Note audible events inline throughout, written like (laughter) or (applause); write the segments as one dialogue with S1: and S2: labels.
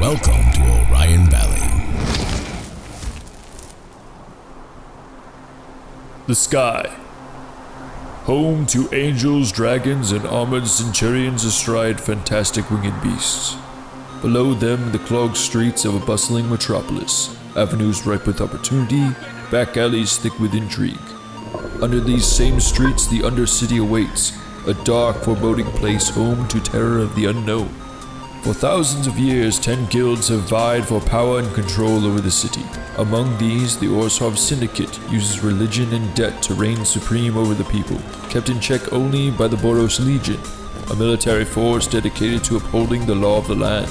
S1: Welcome to Orion Valley.
S2: The sky. Home to angels, dragons, and armored centurions astride fantastic winged beasts. Below them, the clogged streets of a bustling metropolis, avenues ripe with opportunity, back alleys thick with intrigue. Under these same streets, the undercity awaits, a dark, foreboding place home to terror of the unknown. For thousands of years, ten guilds have vied for power and control over the city. Among these, the Orsov Syndicate uses religion and debt to reign supreme over the people, kept in check only by the Boros Legion, a military force dedicated to upholding the law of the land.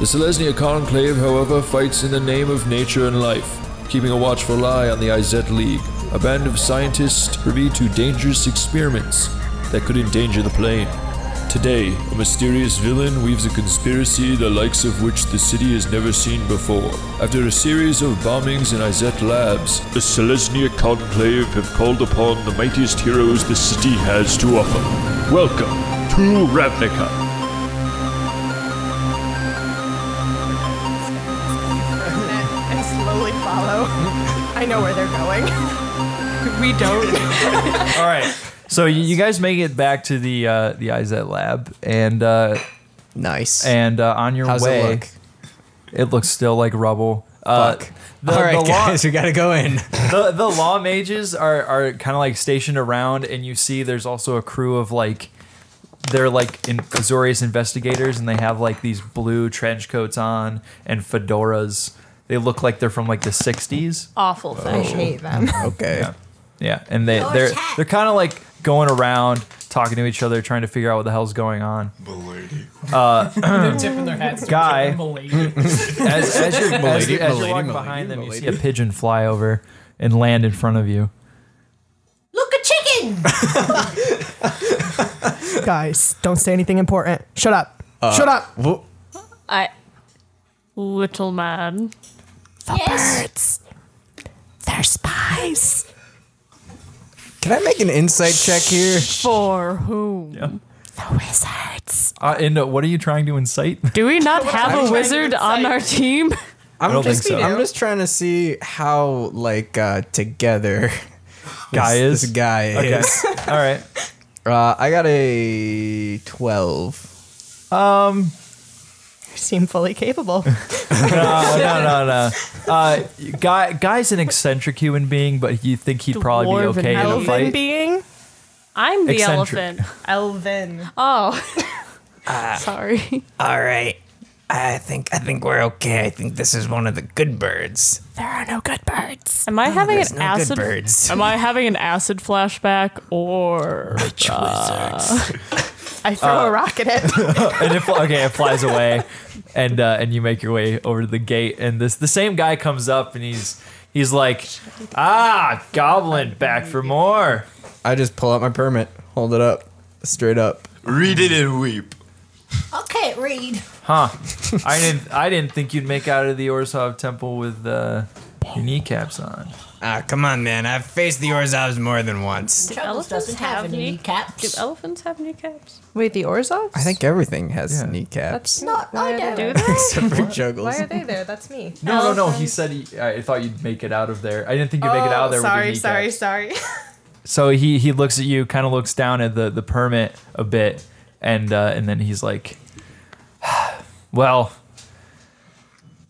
S2: The Selesnya Conclave, however, fights in the name of nature and life, keeping a watchful eye on the Izet League, a band of scientists privy to dangerous experiments that could endanger the plane. Today, a mysterious villain weaves a conspiracy the likes of which the city has never seen before. After a series of bombings in Izet Labs, the Selesnya Conclave have called upon the mightiest heroes the city has to offer. Welcome to Ravnica.
S3: and slowly follow. I know where they're
S4: (laughs)
S3: going. We don't.
S5: (laughs) All right. So you you guys make it back to the uh, the IZ lab, and uh,
S6: Nice.
S5: and uh, on your
S6: How's
S5: way,
S6: it look?
S5: it looks still like rubble. Uh,
S6: Fuck.
S5: the,
S6: All right,
S5: the law-
S6: guys, we gotta go in.
S5: (laughs) the, the law mages are, are kind of like stationed around, and you see there's also a crew of like they're like in Azorius investigators, and they have like these blue trench coats on and fedoras. They look like they're from like the '60s.
S3: Awful thing. I hate them.
S6: Oh. (laughs) Okay.
S5: Yeah, and they they're they're kind of like going around talking to each other, trying to figure out what the hell's going on. Uh,
S7: They're tipping their hats. to
S5: Guy.
S7: each other, milady.
S5: (laughs) As, as you're, as, you- as you're
S6: milady,
S5: walking
S6: milady,
S5: behind them, you see a
S6: milady.
S5: pigeon fly over and land in front of you.
S3: Look, a chicken!
S5: (laughs)
S4: Guys, don't say anything important. Shut up.
S5: Uh.
S4: Shut up.
S6: Well,
S8: I. Little man.
S4: Birds. They're spies.
S6: can I make an insight check here?
S8: (laughs) For whom?
S4: Wizards.
S5: Uh, and uh, what are you trying to
S8: (laughs)
S5: incite?
S8: Do we not have a
S7: to
S8: wizard on our team?
S6: I'm
S5: don't
S6: just,
S5: think so.
S6: I'm just trying to see how like uh, together (laughs)
S5: Guy is.
S6: this, this guy
S5: Okay.
S6: is.
S5: (laughs) All right.
S6: Uh, I got a twelve.
S5: Um,
S4: You seem
S5: (laughs)
S4: fully capable.
S5: (laughs) No, no, no, no. Uh, guy, guy's an eccentric human being, but you think he'd probably be
S8: Dwarven
S5: okay in a
S8: elven
S5: fight.
S4: being
S8: I'm the
S5: Eccentric.
S6: (laughs)
S8: elephant.
S4: Elvin.
S8: Oh.
S6: Ah.
S8: (laughs) Sorry.
S6: Uh, All right. I think I think we're okay. I think this is one of the good birds.
S4: There are no good birds.
S8: Am
S5: Oh,
S8: I having
S6: there's
S8: an
S6: no good
S8: acid?
S6: birds.
S8: Am I having an acid flashback or? uh, (laughs)
S4: I throw
S5: Uh,
S4: a rock at it.
S5: (laughs) and it, fl- okay, it flies away, and uh, and you make your way over to the gate, and this the same guy comes up, and he's he's like, ah, goblin, back for more.
S6: I just pull out my permit, hold it up, straight up.
S9: Read it and weep.
S3: Okay, read.
S5: Huh? I didn't I didn't think you'd make out of the Orsov temple with uh, your kneecaps on.
S6: Ah, come on, man. I've faced the Orzovs more than once.
S3: Chuckles
S8: elephants
S3: doesn't have,
S8: have
S3: any
S8: knee- Do
S3: caps.
S8: elephants have kneecaps?
S4: Wait, the Orzovs?
S6: I think everything has
S5: Yeah.
S6: kneecaps.
S4: not.
S8: Why
S4: I
S8: are they
S4: don't.
S8: do that?
S6: Except for juggles.
S4: Why are they there? That's me.
S5: No, no, no. He said he, I thought you'd make it out of there. I didn't think you'd make it out of there.
S4: sorry,
S5: with your
S4: Oh, sorry,
S5: kneecaps.
S4: sorry.
S5: So he he looks at you, kind of looks down at the the permit a bit, and uh, and then he's like, (sighs) "Well,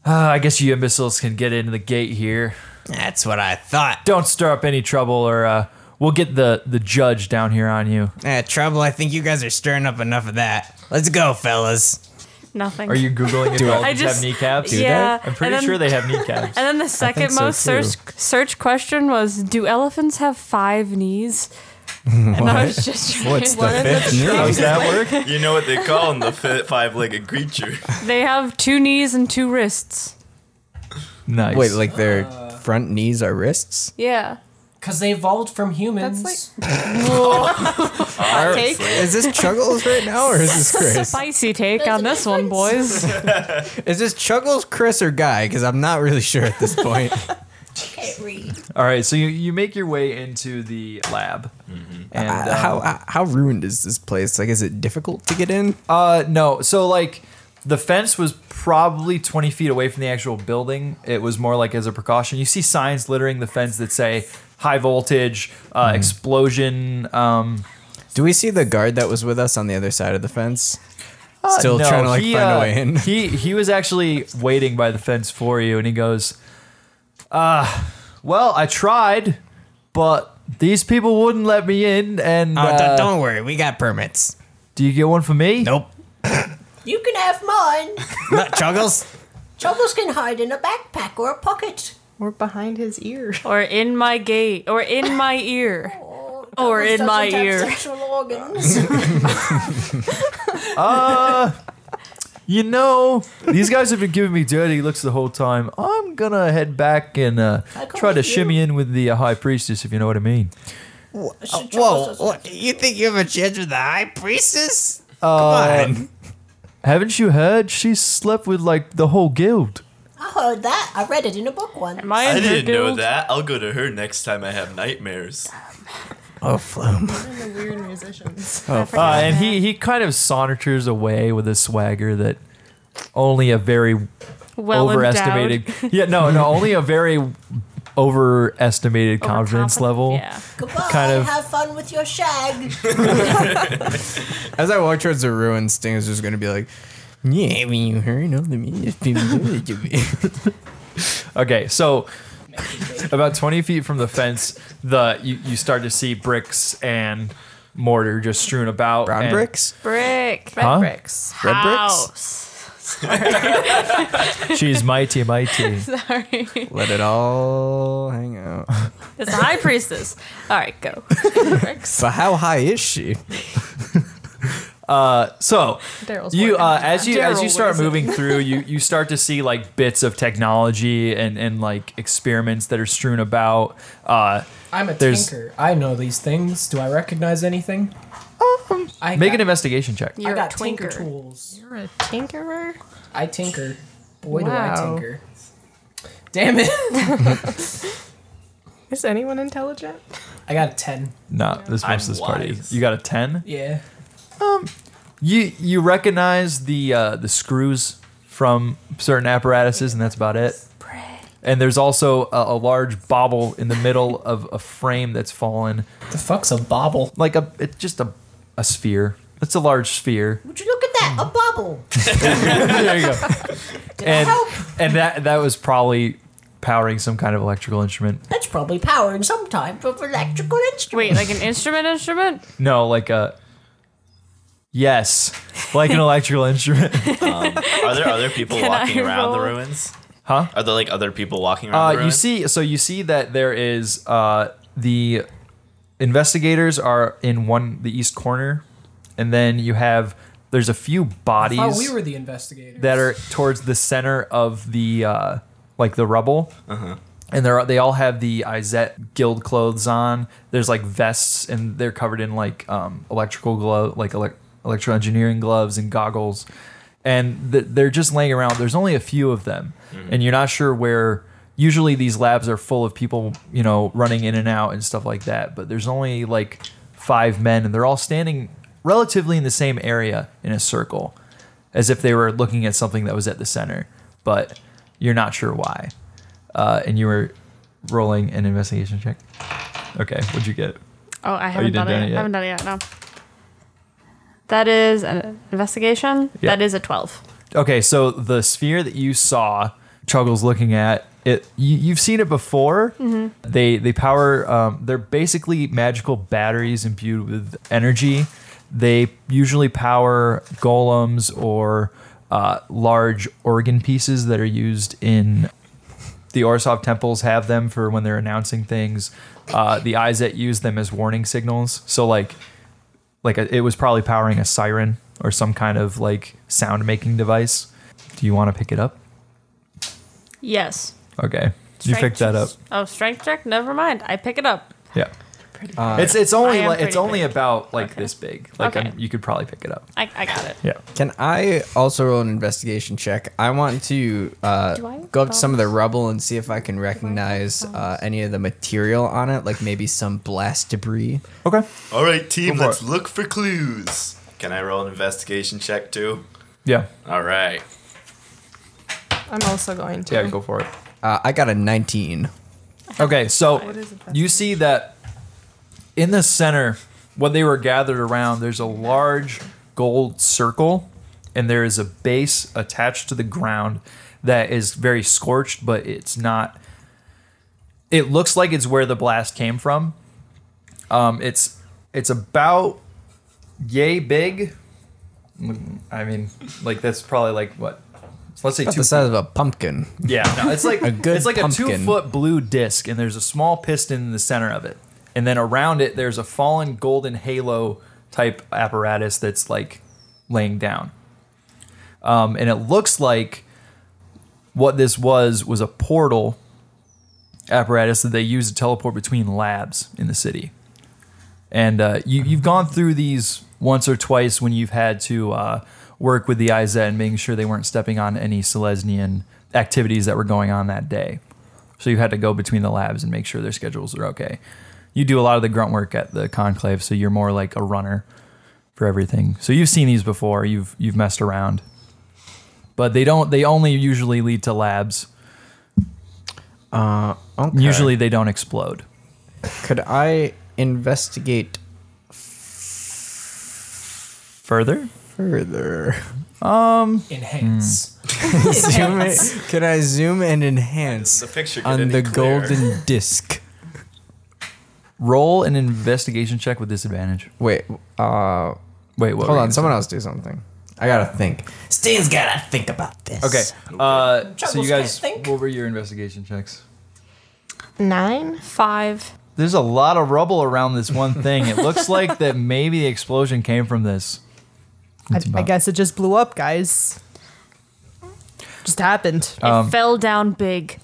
S5: uh, I guess you imbeciles can get into the gate here.
S6: That's what I thought.
S5: Don't stir up any trouble, or uh, we'll get the the judge down here on you.
S6: Eh, trouble. I think you guys are stirring up enough of that. Let's go, fellas.
S8: Nothing.
S5: Are you googling
S8: (laughs)
S5: if
S8: I
S5: elephants have
S8: just-
S5: kneecaps?
S8: yeah,
S5: I'm pretty
S8: and then-
S5: sure they have
S8: (laughs)
S5: kneecaps.
S8: And then the second
S6: so,
S8: most
S6: too.
S8: search search question was, "Do elephants have five
S6: (laughs)
S8: knees?" And I was just trying.
S5: How's that work?
S9: You know what they call him, the fi- five-legged creature.
S8: They have two knees and two wrists.
S5: Nice.
S6: Wait, like their
S4: Uh.
S6: front knees are wrists?
S8: Yeah.
S7: Because they evolved from humans.
S4: That's
S6: Are- is this Chuggles right now, or
S8: (laughs)
S6: is (laughs)
S4: (laughs)
S6: this Chris?
S8: Spicy take on this one, boys.
S5: (laughs)
S6: Is this Chuggles, Chris, or Guy? Because I'm not really sure at this point.
S3: Okay, read.
S5: All right, so you, you make your way into the lab, and
S6: Uh, how
S5: um,
S6: uh, how ruined is this place? Like, is it difficult to get in?
S5: Uh, no. So like, the fence was probably 20 feet away from the actual building. It was more like as a precaution. You see signs littering the fence that say high voltage, uh, explosion. Um,
S6: Hmm. Do we see the guard that was with us on the other side of the fence?
S5: uh,
S6: Still
S5: no,
S6: trying to like
S5: he,
S6: find
S5: uh,
S6: a way in.
S5: he he was actually waiting by the fence for you, and he goes, "Uh, well, I tried, but." These people wouldn't let me in, and
S6: Oh, d-
S5: uh,
S6: don't worry, we got permits.
S5: do you get one for me? (laughs)
S6: Nope.
S10: You can have mine.
S6: Not Chuggles.
S10: Troubles can hide in a backpack or a pocket.
S3: Or behind his ear.
S8: Or in my gate, or in my ear. Or
S10: Troubles
S8: in my
S10: doesn't have
S8: ear.
S10: Sexual organs. (laughs)
S5: Uh, you know, these guys have been giving me dirty looks the whole time. I'm gonna head back and uh,
S10: I go
S5: try to
S10: with you.
S5: shimmy in with the uh, high priestess, if you know what I mean.
S6: Whoa! What, you think you have a chance with the high priestess? Come on.
S5: Um, Haven't you heard? She slept with like the whole guild.
S10: I heard that. I read it in a book once.
S8: Am I in her
S9: I didn't know
S8: guild?
S9: that. I'll go to her next time I have nightmares.
S6: Oh, Flume.
S3: The weird
S4: (laughs)
S3: musicians.
S6: (laughs) Oh,
S5: Uh, and he he kind of saunters away with a swagger that only a very
S8: (laughs) Well
S5: overestimated. Yeah, no, no, only a very overestimated
S8: endowed,
S5: confidence
S8: overconfident,
S5: level.
S8: Yeah.
S10: Goodbye.
S5: kind of-
S10: Have fun with your shag.
S6: As I walk towards the ruins, Sting is just gonna be like, "Yeah, when you hurry, no, let me just be good to me." (laughs)
S5: Okay, so about 20 feet from the fence, the you, you start to see bricks and mortar just strewn about.
S6: Brown
S5: and-
S6: bricks.
S8: Brick. Red
S5: Huh?
S8: bricks.
S6: Red bricks?
S8: House. (laughs)
S5: She's mighty, mighty.
S8: Sorry.
S6: (laughs) Let it all hang out.
S8: It's the high priestess. All right, go. bricks.
S6: But how high is she?
S5: Uh, So
S3: Daryl's
S5: you
S3: working
S5: uh,
S3: on
S5: as you as
S8: Daryl,
S5: you
S8: what
S5: start
S8: is it?
S5: moving through, you you start to see like bits of technology and and like experiments that are strewn about. Uh,
S7: I'm a
S5: There's-
S7: tinker. I know these things. Do I recognize anything? I
S5: make an
S7: got,
S5: investigation check.
S8: You're
S10: I got
S8: a
S10: tinker
S8: tinker.
S7: tools.
S3: You're a tinkerer?
S7: I tinker. Boy, do I
S3: Wow.
S7: tinker. Damn
S4: (laughs)
S7: it!
S3: Is anyone intelligent?
S7: I got a ten.
S5: No, this
S9: I'm
S5: most of this party.
S9: wise.
S5: You got a ten.
S7: Yeah.
S5: You you recognize the uh, the screws from certain apparatuses, and that's about it. And there's also a, a large bobble in the middle of a frame that's fallen,
S7: The fuck's a bobble?
S5: like a it's just a a sphere. It's a large sphere.
S10: Would you look at that? A bubble.
S5: there you go. And
S10: help?
S5: and that that was probably powering some kind of electrical instrument.
S10: That's probably power in some type of electrical instrument.
S8: Wait, like an instrument instrument?
S5: No, like a yes, like an electrical instrument.
S9: Um, Are
S8: (laughs)
S9: there other people
S8: I
S9: walking around the
S8: roll?
S9: ruins?
S5: Huh?
S9: Are there like other people walking around
S5: Uh,
S9: the
S5: you
S9: ruins?
S5: see, so you see that there is uh, the investigators are in one the east corner, and then you have there's a few bodies
S7: Oh, we were the investigators.
S5: that are towards the center of the uh, like the rubble. And they're they all have the Izet guild clothes on. There's like vests and they're covered in like um, electrical glove like elec electro engineering gloves and goggles. And th- they're just laying around. There's only a few of them, and you're not sure where. Usually these labs are full of people, you know, running in and out and stuff like that. But there's only like five men, and they're all standing relatively in the same area in a circle as if they were looking at something that was at the center, but you're not sure why. Uh, and you were rolling an investigation check. Okay, what'd you get?
S8: Oh, I haven't done,
S5: didn't done
S8: it.
S5: it yet.
S8: I haven't done it yet. No. That is an investigation.
S5: Yeah.
S8: That is a twelve.
S5: Okay, so the sphere that you saw Chuggles looking at it, you, you've seen it before.
S8: Mm-hmm.
S5: They they power. Um, they're basically magical batteries imbued with energy. They usually power golems or uh, large organ pieces that are used in the Orsov temples have them for when they're announcing things. Uh, the eyes that use them as warning signals. So like, like a, it was probably powering a siren or some kind of like sound making device. Do you want to pick it up?
S8: Yes.
S5: Okay, you
S8: Strength
S5: picked that up.
S8: Oh, strength check. Never mind. I pick it up.
S5: Yeah.
S8: pretty.
S5: it's it's
S8: I
S5: only
S8: am
S5: like, it's
S8: pretty
S5: only
S8: big.
S5: about like this big. Like
S8: Okay.
S5: um, you could probably pick it up.
S8: I, I (laughs) got it.
S5: Yeah.
S6: Can I also roll an investigation check? I want to uh,
S8: Do I have
S6: go up to some of the
S8: bones?
S6: rubble and see if I can recognize uh, any of the material on it, like maybe some blast debris.
S5: Okay.
S9: All right, team,
S5: Go for
S9: let's
S5: it.
S9: look for clues. Can I roll an investigation check too?
S5: Yeah.
S9: All right.
S4: I'm also going to.
S5: Yeah. Go for it.
S6: Uh, I got a 19.
S5: Okay, so
S8: What is it that-
S5: you see that in the center, when they were gathered around, there's a large gold circle, and there is a base attached to the ground that is very scorched, but it's not. It looks like it's where the blast came from. Um, it's it's about yay big. Mm, I mean, like that's probably like what. Let's say
S6: About
S5: two
S6: the size of a pumpkin.
S5: (laughs) yeah, no, it's
S6: (laughs)
S5: like a
S6: good
S5: it's like
S6: pumpkin.
S5: a two foot blue disc, and there's a small piston in the center of it, and then around it there's a fallen golden halo type apparatus that's like laying down, um, and it looks like what this was was a portal apparatus that they use to teleport between labs in the city, and uh, you you've gone through these once or twice when you've had to. Uh, Work with the IZ and making sure they weren't stepping on any Silesnian activities that were going on that day. So you had to go between the labs and make sure their schedules are okay. You do a lot of the grunt work at the conclave, so you're more like a runner for everything. So you've seen these before. You've you've messed around, but they don't. They only usually lead to labs.
S6: Uh, Okay.
S5: Usually they don't explode.
S6: Could I investigate
S5: Further, Um,
S6: further?
S7: Enhance.
S5: hmm.
S6: (laughs) zoom in, could I zoom and enhance
S9: The picture get
S6: on
S9: any
S6: the
S9: clearer? (laughs)
S6: golden disc?
S5: roll an investigation check with disadvantage.
S6: Wait, uh,
S5: Wait, what? were
S6: hold
S5: you
S6: on.
S5: gonna
S6: Someone else do something. I gotta
S5: (laughs)
S6: think. Stan's gotta think about this.
S5: say? Okay. Uh, so
S10: Troubles
S5: you guys,
S10: can't think.
S5: what were your investigation checks?
S4: Nine?
S8: Five.
S5: There's a lot of rubble around this one thing. It looks like that maybe the explosion came from this.
S4: I,
S5: It's
S4: I
S5: about-
S4: guess it just blew up, guys. Just happened.
S8: It
S5: Um,
S8: fell down big.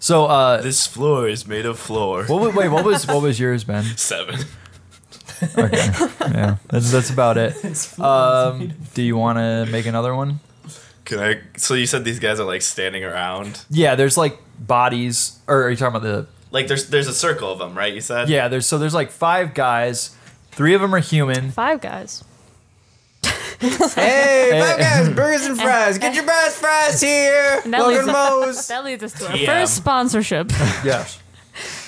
S5: So, uh,
S9: This floor is made of floor.
S5: what was, wait, what was what was yours,
S6: (laughs)
S5: Ben?
S9: (laughs) Seven.
S5: Okay, yeah, that's, that's about
S6: (laughs)
S5: it. Um, do you want to make another one?
S9: Can I? So you said these guys are like standing around.
S5: Yeah, there's like bodies, or are you talking about the?
S9: Like there's there's a circle of them, right? You said.
S5: Yeah, there's so there's like five guys. Three of them are human.
S8: Five guys.
S6: Hey, Five Guys, burgers and fries. Get your best fries here.
S8: And that
S6: Welcome to
S8: leads, (laughs)
S6: Moe's.
S8: that leads us to our
S9: Yeah.
S8: first
S5: (laughs)
S8: sponsorship.
S5: Yes.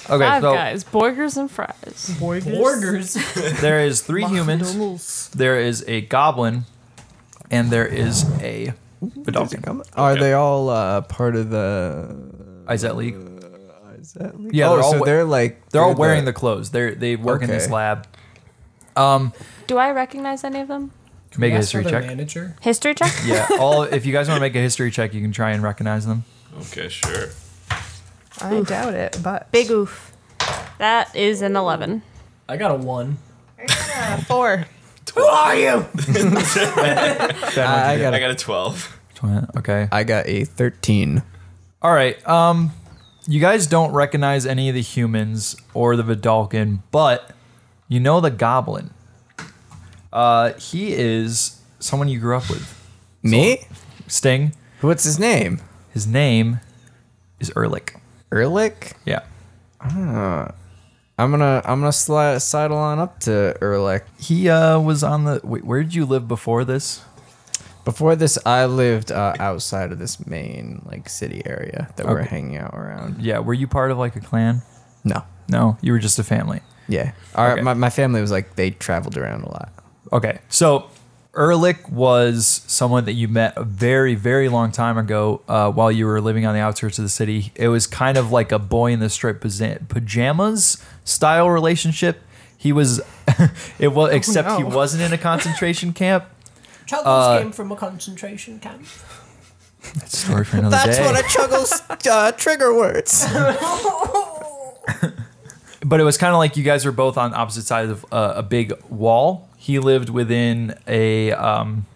S5: Okay,
S8: Five
S5: so
S8: guys, burgers and fries.
S7: Borgers.
S8: (laughs)
S5: (laughs) there is three humans. There is a goblin, and there is a.
S6: Are they all uh, part of the?
S5: Is that league?
S6: Is that
S5: Yeah,
S6: oh,
S5: they're all
S6: so
S5: wa-
S6: they're like
S5: They're all wearing the clothes. They they work in this
S6: Okay.
S5: lab. Um,
S8: Do I recognize any of them?
S5: Make a
S7: Ask
S5: history
S7: for
S5: check.
S7: their Manager.
S8: History check?
S5: (laughs) Yeah,
S8: (laughs)
S5: all if you guys want to make a history check, you can try and recognize
S6: (laughs)
S5: them.
S9: Okay, sure.
S4: I doubt it, but.
S8: Big oof. That is an 11.
S7: I got a one.
S4: four.
S6: Who are you? I, got
S9: I
S6: a,
S9: got a twelve.
S5: Twen- Okay.
S6: I got a thirteen.
S5: All right. Um, you guys don't recognize any of the humans or the Vidalkin, but you know the Goblin. Uh, he is someone you grew up with.
S6: Me?
S5: Sting.
S6: What's his name?
S5: His name is Erlich.
S6: Ehrlich? Ah.
S5: Yeah.
S6: I'm gonna I'm gonna slide sidle on up to Ehrlich.
S5: He uh was on the. Wait, where did you live before this?
S6: Before this, I lived uh, outside of this main like city area that we're
S5: Okay.
S6: hanging out around.
S5: Yeah. Were you part of like a clan?
S6: No,
S5: No, you were just a family.
S6: yeah, our,
S5: Okay.
S6: my my family was like they traveled around a lot.
S5: Okay, so Ehrlich was someone that you met a very, very long time ago uh, while you were living on the outskirts of the city. It was kind of like a boy in the striped paza- pajamas style relationship. He was, (laughs) it was, except he
S4: no.
S5: wasn't in a concentration camp. Uh,
S10: Chuggles came from a concentration camp.
S5: That's a story for another day.
S6: chuggles uh, trigger words.
S5: but it was kind of like you guys were both on opposite sides of uh, a big wall. He lived within a um,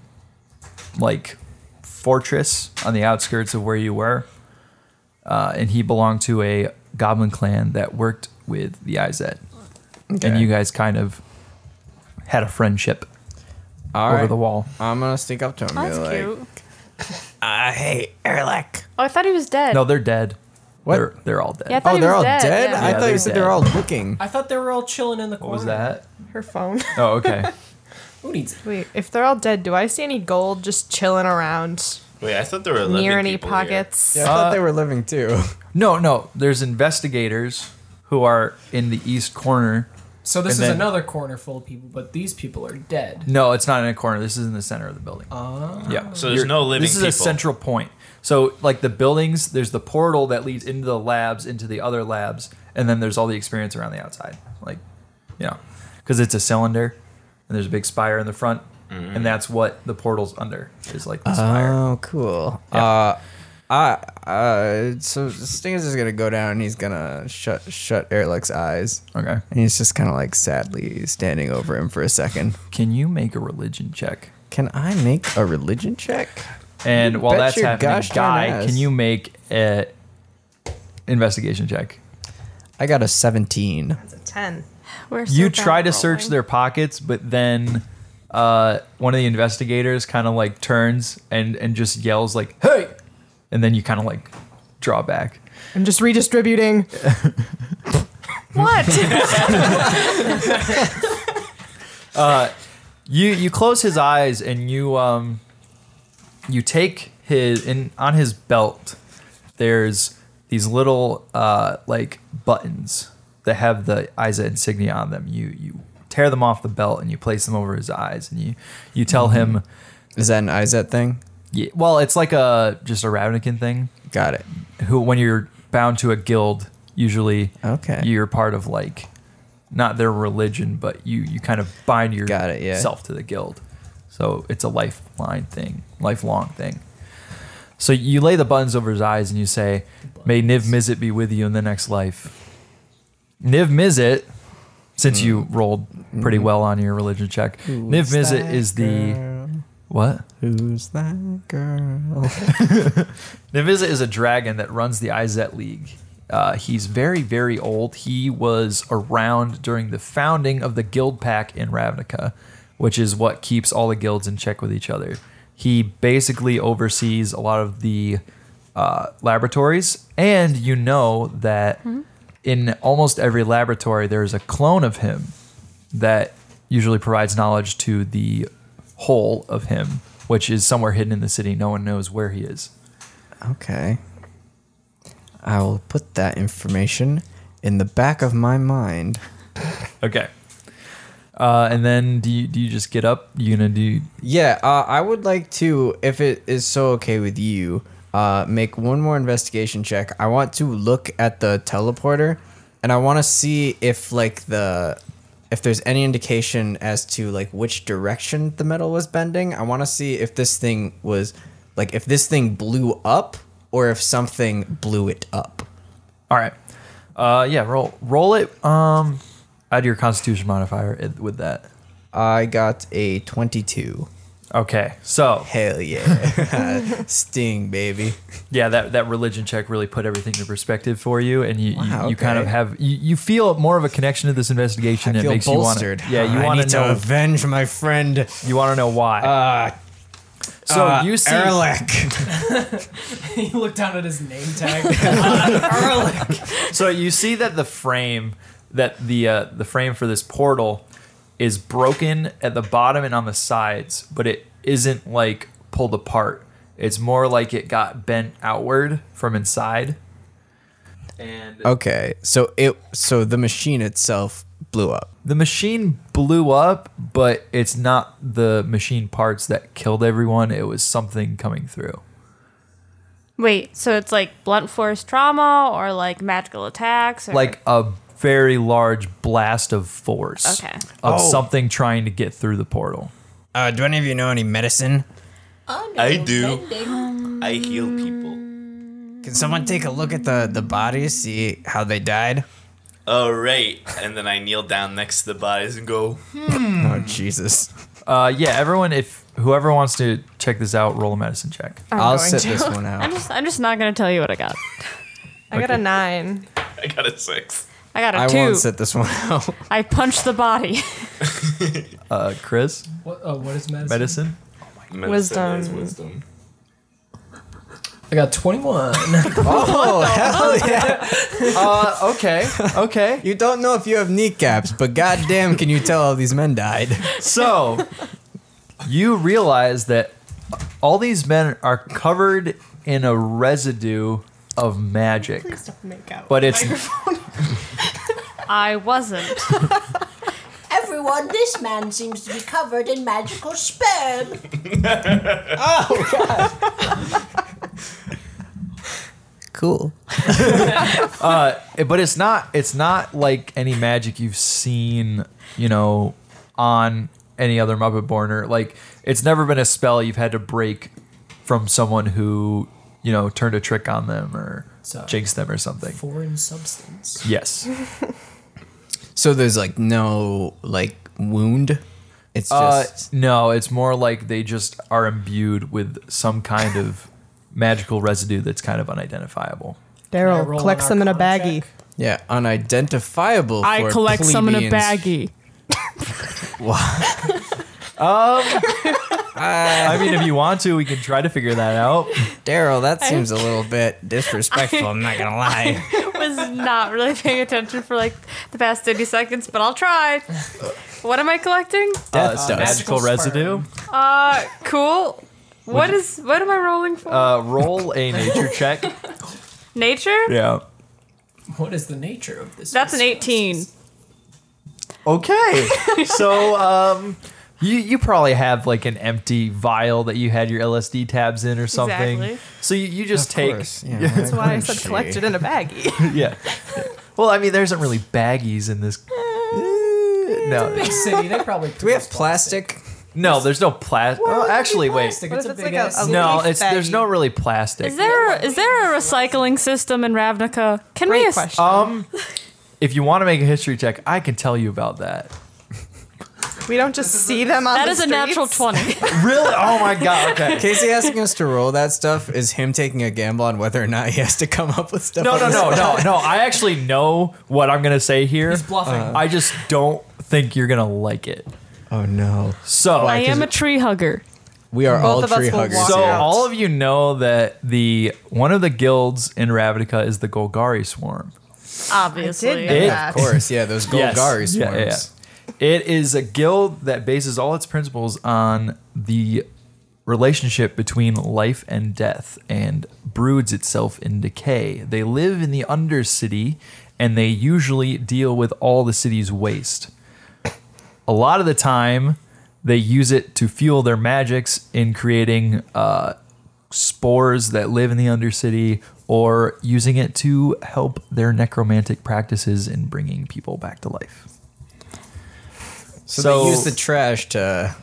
S5: like fortress on the outskirts of where you were, uh, and he belonged to a goblin clan that worked with the IZ.
S6: Okay.
S5: and you guys kind of had a friendship
S6: All
S5: over
S6: right.
S5: the wall.
S6: I'm gonna sneak up to him and
S8: That's
S6: be like,
S8: cute.
S6: Uh, hey, Erlich.
S8: Oh, I thought he was dead.
S5: No, they're dead.
S6: What?
S5: They're, they're all dead.
S8: Yeah, I thought
S6: Oh,
S8: he
S6: they're
S8: was
S6: all
S8: dead,
S6: dead?
S8: yeah.
S6: I
S5: Yeah,
S6: thought
S5: they're
S6: you said
S5: dead.
S6: they're all looking.
S7: I thought they were all chilling in the corner.
S5: what was that?
S4: Her phone.
S5: (laughs) Oh, okay.
S7: (laughs) Who needs it?
S4: Wait, if they're all dead, do I see any gold just chilling around
S9: Wait, I thought there were 11
S4: near any
S9: people here.
S4: pockets?
S6: Yeah, I thought they were living too.
S5: Uh,
S6: (laughs)
S5: no, no. There's investigators who are in the east corner.
S7: So this
S5: And
S7: is
S5: then-
S7: another corner full of people, but these people are dead.
S5: No, it's not in a corner. This is in the center of the building.
S7: Uh,
S5: Yeah.
S9: So there's no living
S5: This is a
S9: people.
S5: central point. So like the buildings, there's the portal that leads into the labs, into the other labs, and then there's all the experience around the outside. Like, you know, because it's a cylinder, and there's a big spire in the front,
S9: Mm-hmm.
S5: and that's what the portal's under is like the spire.
S6: Oh, cool. Uh, I, uh, so Stinger's is gonna go down and he's gonna shut shut Erlich's eyes.
S5: Okay.
S6: And he's just kind of like sadly standing over him for a second.
S5: Can you make a religion check?
S6: Can I make a religion check?
S5: And while
S6: bet
S5: that's
S6: your
S5: happening,
S6: gosh darn
S5: guy,
S6: ass.
S5: can you make a investigation check?
S6: I got a 17.
S4: It's a 10.
S8: We're so
S5: you
S8: bad
S5: try to
S8: at
S5: search
S8: rolling.
S5: their pockets, but then uh, one of the investigators kind of like turns and and just yells like "Hey!" and then you kind of like draw back.
S4: I'm
S8: (laughs)
S5: (laughs)
S4: just redistributing.
S8: What?
S5: Uh, You you close his eyes and you um you take his in on his belt. There's these little uh like buttons that have the Isa insignia on them. You you tear them off the belt and you place them over his eyes and you you tell him
S6: Is that an Izet thing?
S5: yeah, well it's like a just a Ravnican thing
S6: Got it.
S5: who when you're bound to a guild usually
S6: Okay.
S5: you're part of like not their religion but you you kind of bind yourself
S6: Got it, yeah.
S5: to the guild so it's a lifeline thing lifelong thing so you lay the buttons over his eyes and you say may niv mizzet be with you in the next life niv mizzet since
S6: Hmm.
S5: you rolled pretty well on your religion check niv mizzet is the what
S6: Who's that girl? (laughs)
S5: Naviza is a dragon that runs the Izet League. Uh, he's very, very old. He was around during the founding of the guild pack in Ravnica, which is what keeps all the guilds in check with each other. He basically oversees a lot of the uh, laboratories, and you know that in almost every laboratory there's a clone of him that usually provides knowledge to the whole of him, which is somewhere hidden in the city. No one knows where he is.
S6: Okay. I will put that information in the back of my mind.
S5: Okay. Uh, and then do you do you just get up? You gonna do?
S6: Yeah, uh, I would like to, if it is so okay with you, uh, make one more investigation check. I want to look at the teleporter, and I want to see if like the if there's any indication as to like which direction the metal was bending. I want to see if this thing was like if this thing blew up or if something blew it up.
S5: All right. Uh, yeah. Roll roll it. Um, add your Constitution modifier i- with that.
S6: I got a twenty-two.
S5: Okay. So (laughs)
S6: Hell yeah, (laughs) (laughs) sting baby.
S5: yeah, that that religion check really put everything in perspective for you, and you you,
S6: Wow,
S5: you kind of
S6: okay.
S5: have you, you feel more of a connection to this investigation.
S6: I
S5: that
S6: feel
S5: makes
S6: bolstered.
S5: You wanna, yeah, you
S6: I
S5: want
S6: need
S5: to know.
S6: to avenge my friend.
S5: you want to know why.
S6: Uh,
S5: so
S6: Uh,
S5: you see. (laughs)
S6: Erlich.
S7: (laughs) he looked down at his name tag. Erlich.
S5: (laughs) So you see that the frame that the uh, the frame for this portal is broken at the bottom and on the sides, but it isn't like pulled apart. It's more like it got bent outward from inside. And
S6: Okay, so it so the machine itself blew up.
S5: the machine blew up, but it's not the machine parts that killed everyone. It was something coming through.
S8: Wait, so it's like blunt force trauma or like magical attacks? Or...
S5: Like a very large blast of force
S8: Okay.
S5: of
S6: Oh.
S5: something trying to get through the portal.
S6: Uh, do any of you know any medicine?
S9: I do. I heal people.
S6: Can someone take a look at the the bodies, see how they died?
S9: (laughs) All right. And then I kneel down next to the bodies and go, (laughs)
S6: Oh Jesus!
S5: Uh, yeah, everyone, if whoever wants to check this out, roll a medicine check.
S8: Oh,
S4: I'm
S6: will
S4: going
S6: sit
S4: to.
S6: this
S8: (laughs) I'm
S6: one out.
S8: just, I'm just not gonna tell you what I got.
S4: I got a 9.
S9: I got a six.
S8: I got a
S6: I
S8: two.
S6: won't sit this one out.
S8: (laughs) I punched the
S6: (laughs)
S8: body.
S5: Uh, Chris,
S7: What, uh, what is medicine?
S5: medicine.
S9: Medicine
S8: Wisdom.
S9: is wisdom.
S7: I
S5: (laughs)
S7: got 21. (laughs)
S6: Oh hell yeah!
S5: (laughs) Uh, okay, okay.
S6: (laughs) You don't know if you have kneecaps, but goddamn, can you tell all these men died?
S5: (laughs) So you realize that all these men are covered in a residue of magic,
S10: Please don't make out.
S5: but it's (laughs)
S8: I wasn't.
S10: (laughs) Everyone, this man seems to be covered in magical
S6: (laughs)
S10: sperm. Oh,
S6: Cool.
S5: (laughs) Uh, but it's not it's not like any magic you've seen, you know, on any other Muppet Born or like it's never been a spell you've had to break from someone who, you know, turned a trick on them or
S7: So-
S5: jinxed them or something.
S7: Foreign substance.
S5: Yes.
S6: So there's like no like wound. It's
S5: Uh, (laughs)
S6: just
S5: no, it's more like they just are imbued with some kind of magical residue that's kind of unidentifiable.
S7: Can I roll
S4: Daryl
S7: an
S4: collects them in a
S7: arcana
S4: baggie.
S7: check?
S6: yeah, unidentifiable.
S3: I
S6: for
S3: collect some in a
S6: plebeians.
S3: baggie.
S5: um, I mean, if you want to, we can try to figure that out.
S6: Daryl, that seems a little bit disrespectful. I'm not gonna lie.
S8: was not really paying attention for like the past 30 seconds, but I'll try. What am I collecting?
S6: (laughs) Death Uh, dust.
S7: magical
S5: Uh, Magical residue.
S8: Uh, cool. What is what am I rolling for?
S5: Uh, roll a nature check.
S6: (laughs)
S8: Nature?
S5: Yeah.
S7: (laughs) What is the nature of this?
S8: That's an
S7: substance?
S8: 18.
S4: (laughs)
S5: Okay. so, um, you you probably have like an empty vial that you had your LSD tabs in or something.
S8: Exactly.
S5: So you, you just take (laughs)
S6: That's
S4: Why I said collect it in a baggie.
S5: yeah. Well, I mean, there isn't really baggies in this. Uh, No,
S7: Big city, they
S5: (laughs)
S7: probably.
S6: Do we have plastic?
S5: no, there's no plastic. Well, actually, wait.
S7: Plastic.
S4: What
S7: It's
S4: if
S7: a
S4: it's
S7: big
S4: like
S7: ass.
S4: a- a-
S5: No,
S4: leaf
S5: it's there's
S4: baggie?
S5: no really plastic.
S8: Is there is there a recycling system in Ravnica? Can we
S4: Great
S8: ass-
S4: question.
S5: um, if you want to make a history check, I can tell you about that.
S4: we don't just see them on
S8: That
S4: the
S8: is a natural
S4: streets.
S8: 20.
S4: (laughs)
S5: Really? Oh my god. Okay.
S6: (laughs) Casey asking us to roll that stuff is him taking a gamble on whether or not he has to come up with stuff.
S5: No,
S6: on
S5: no,
S6: the
S5: no,
S6: spot.
S5: no, no. I actually know what I'm gonna say here. uh,
S7: He's bluffing.
S5: I just don't think you're gonna like it.
S6: Oh no.
S5: So,
S8: I am a tree hugger.
S6: We are all
S4: Both of us
S6: tree
S4: will
S6: huggers.
S4: walk
S5: so
S6: here.
S4: out.
S5: all of you know that the one of the guilds in Ravnica is the Golgari Swarm.
S8: Obviously.
S4: Did
S5: It-
S4: that.
S6: Of course, yeah, those Golgari swarms.
S5: Yeah, yeah, yeah. It is a guild that bases all its principles on the relationship between life and death and broods itself in decay. They live in the undercity and they usually deal with all the city's waste. A lot of the time, they use it to fuel their magics in creating uh, spores that live in the undercity or using it to help their necromantic practices in bringing people back to life.
S6: So,
S5: So-
S6: they use the trash to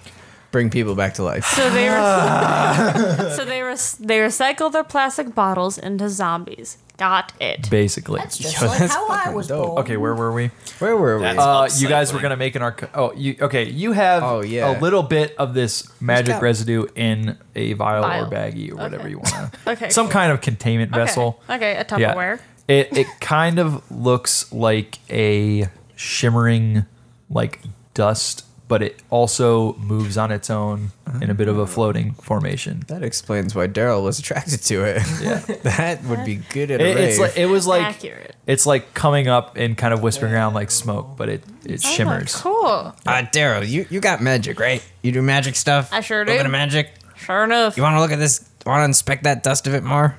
S6: bring people back to life.
S8: So they re-
S5: Ah.
S8: so they re- they recycle their plastic bottles into zombies. Got it.
S5: Basically.
S10: That's just
S6: (laughs) Yo,
S10: like
S6: that's
S10: how I
S6: fucking
S10: was
S6: (laughs) dope.
S10: born.
S5: Okay, where were we?
S6: Where were we?
S9: That's
S5: Uh, you guys were
S9: upcycling.
S5: gonna make an arc. Oh, you okay? You have
S6: Oh,
S5: a
S6: yeah.
S5: little bit of this magic
S6: got-
S5: residue in a vial,
S8: Vial.
S5: or baggie or whatever you
S8: (laughs)
S5: want.
S8: Okay,
S5: Some
S8: cool.
S5: kind of containment vessel.
S8: Okay, a Tupperware.
S5: It it kind of looks like a shimmering like dust, but it also moves on its own in a bit of a floating formation.
S6: That explains why Daryl was attracted to it. Yeah, (laughs) that would be good at a
S5: It, it's
S6: rave.
S5: like it was like
S8: Accurate.
S5: it's like coming up and kind of whispering around like smoke, but it it shimmers.
S8: Cool.
S6: uh, Daryl, you, you got magic, right? You do magic stuff.
S8: I sure
S6: Look
S8: do.
S6: at magic.
S8: Sure enough.
S6: You want to look at this? Want to inspect that dust of it more?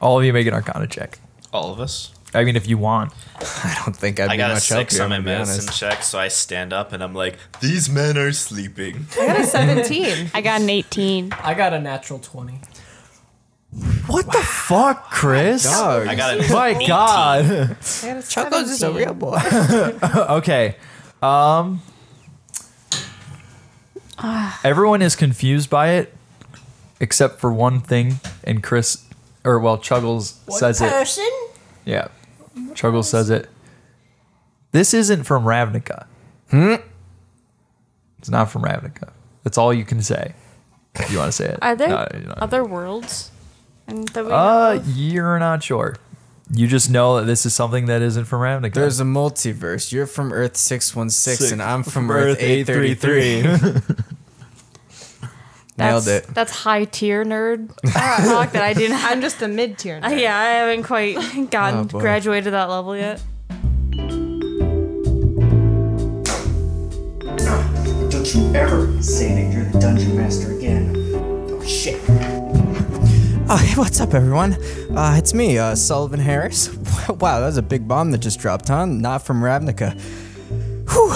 S5: All of you make an Arcana check.
S9: All of us.
S5: I mean, if you want.
S6: (laughs) I don't think I'd
S9: I
S6: be
S9: got a
S6: much help
S9: six
S6: here.
S9: on
S6: I'm
S9: my
S6: gonna be
S9: medicine
S6: honest.
S9: check, so I stand up and I'm like, "These men are sleeping."
S4: I got a 17.
S8: (laughs) I got an 18.
S7: I got a natural 20.
S5: What the fuck, Chris?
S6: Dog,
S9: I got a
S5: My
S6: (laughs)
S5: God.
S4: I got a
S6: Ah. Chuckles is a
S4: 17.
S6: real boy.
S5: (laughs) okay.
S8: Ah.
S5: Um. Everyone is confused by it, except for one thing, and Chris, or well, Chuggles says it.
S10: Person,
S5: Yeah, Chuggles says it. This isn't from Ravnica. Hmm. It's not from Ravnica. That's all you can say. You want to say it?
S8: Are there
S5: No, you're not.
S8: other worlds? And that we know
S5: Uh,
S8: of?
S5: you're not sure. You just know that this is something that isn't from Ravnica.
S6: There's a multiverse. You're from Earth 616
S5: Six.
S6: and I'm from, Earth 833. (laughs) Nailed
S8: That's,
S6: it.
S8: That's high tier nerd talk that I do not.
S3: I'm just a mid tier.
S8: Uh, (laughs) yeah, I haven't
S6: (laughs)
S8: quite
S6: Oh,
S8: gotten
S6: boy. Oh,
S8: graduated to that level yet.
S11: Don't you ever say that you're the dungeon master again. Oh shit.
S6: Oh, hey, what's up, everyone? Uh, it's me, uh, Sullivan Harris. (laughs) Wow, that was a big bomb that just dropped, huh? Not from Ravnica. Whew.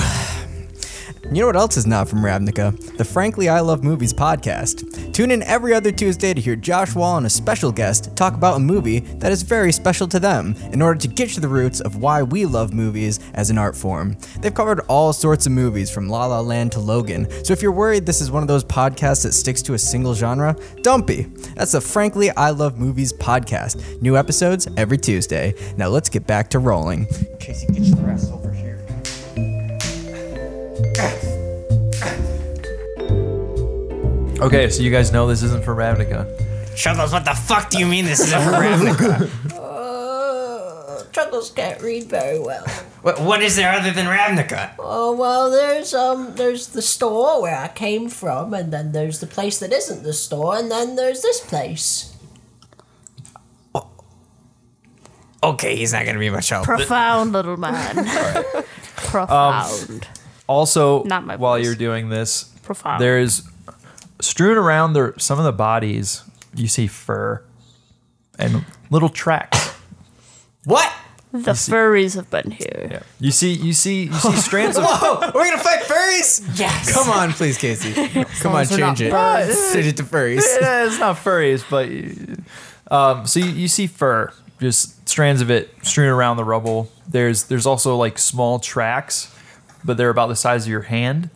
S6: You know what else is not from Ravnica? The Frankly I Love Movies podcast. Tune in every other Tuesday to hear Josh Wall and a special guest talk about a movie that is very special to them in order to get to the roots of why we love movies as an art form. They've covered all sorts of movies from La La Land to Logan, so if you're worried this is one of those podcasts that sticks to a single genre, don't be. That's the Frankly I Love Movies podcast. New episodes every Tuesday. Now let's get back to rolling.
S11: Casey, get your ass over here.
S5: (laughs) Okay, so you guys know this isn't from Ravnica.
S11: Shovels, what the fuck do you mean this isn't from (laughs) Ravnica?
S10: Uh, Chuckles can't read very well.
S11: what, what is there other than Ravnica?
S10: Oh well, there's um, there's the store where I came from, and then there's the place that isn't the store, and then there's this place.
S11: Okay, he's not gonna be much help.
S8: Profound little
S6: (laughs)
S8: man. Profound.
S5: Um, Also,
S8: Not my
S5: while
S8: voice.
S5: you're doing this,
S8: Profound.
S5: there's strewn around the, some of the bodies, you see fur and little tracks.
S11: What?
S8: (laughs) the furries have been here.
S5: You see, you see, you see strands of
S6: (laughs) Whoa, we're gonna fight furries?
S11: Yes.
S6: (laughs) Come on, please, Casey.
S5: (laughs)
S6: Come on,
S8: as they're not
S6: change it.
S5: birds.
S6: Change it to furries.
S5: (laughs) Yeah, it's not furries, but um, so you, you see fur, just strands of it strewn around the rubble. There's there's also like small tracks, but they're about the size of your hand,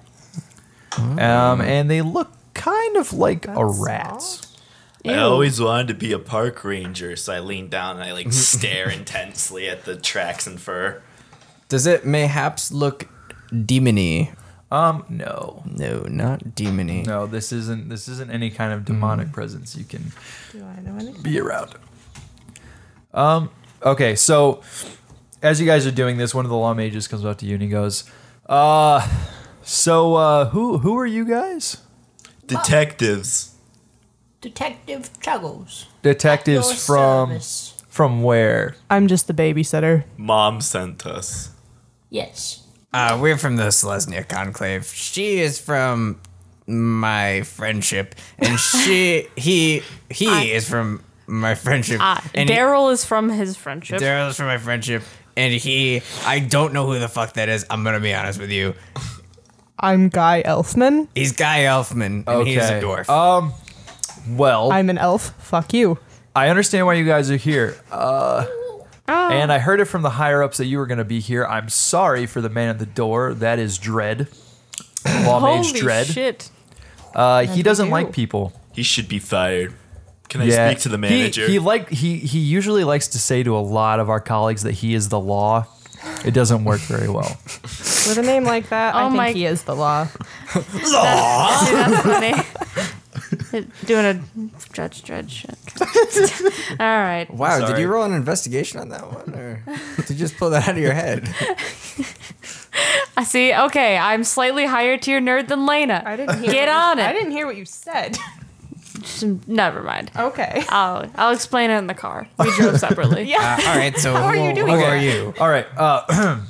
S6: Oh.
S5: um, and they look kind of like a rat's.
S9: (laughs) I always wanted to be a park ranger, so I lean down and I
S6: (laughs)
S9: like stare intensely at the tracks and fur.
S6: Does it mayhaps look demony?
S5: Um, no,
S6: No, not demony. Mm.
S5: no, this isn't this isn't any kind of demonic presence you can
S3: Do I know anything?
S5: be around. Um, okay, so as you guys are doing this, one of the law mages comes up to you and he goes, uh, so uh, who who are you guys?
S9: Detectives.
S10: Detective Chuggles.
S5: Detectives
S10: Your
S5: from
S10: service.
S5: from where?
S4: I'm just the babysitter.
S9: Mom sent us.
S10: Yes.
S6: Uh, we're from the Selesnya Conclave. She is from my friendship, and she, he, he is from my friendship.
S8: Ah,
S6: and he-
S8: Daryl is from his friendship.
S6: Daryl's from my friendship, and he, I don't know who the fuck that is. I'm gonna be honest with you.
S4: I'm Guy Elfman.
S6: He's Guy Elfman, and he's a
S5: Okay.
S6: dwarf.
S5: Um, well, i
S4: I'm an elf. Fuck you.
S5: understand why you guys are here. Uh,
S4: Ah.
S5: and I heard it from the higher ups that you were going to be here. I'm sorry for the man at the door. That is Dread, law mage
S8: Holy
S5: Dread.
S6: (laughs)
S8: shit.
S5: Uh, he doesn't
S3: do.
S5: like people.
S9: He should be fired. Can I speak to the
S5: He-
S9: manager?
S5: He, like he he usually likes to say to a lot of our colleagues that he is the law. It doesn't work very well.
S4: With a name like that, I
S8: Oh
S4: think
S8: my-
S4: he is
S8: (laughs)
S4: the law.
S8: See, that's
S6: (laughs)
S4: (laughs)
S8: funny. Doing a judge, judge.
S6: (laughs)
S8: All right.
S6: Wow, did
S5: Sorry.
S6: you roll an investigation on that
S5: (laughs)
S6: one, or did you just pull that out of your head?
S8: I see. Okay, I'm slightly higher tier nerd than Lena.
S4: I didn't hear.
S8: Get
S4: what you-
S8: on it.
S4: I didn't hear what you said. (laughs)
S8: Never mind.
S4: Okay.
S8: (laughs) I'll, I'll explain it in the car. We drove
S5: (laughs)
S8: separately. yeah.
S5: Ah.
S6: Uh, all right,
S4: (laughs)
S6: so
S4: are you
S6: who-
S4: doing
S6: who
S4: that?
S6: are you?
S5: All right. Uh,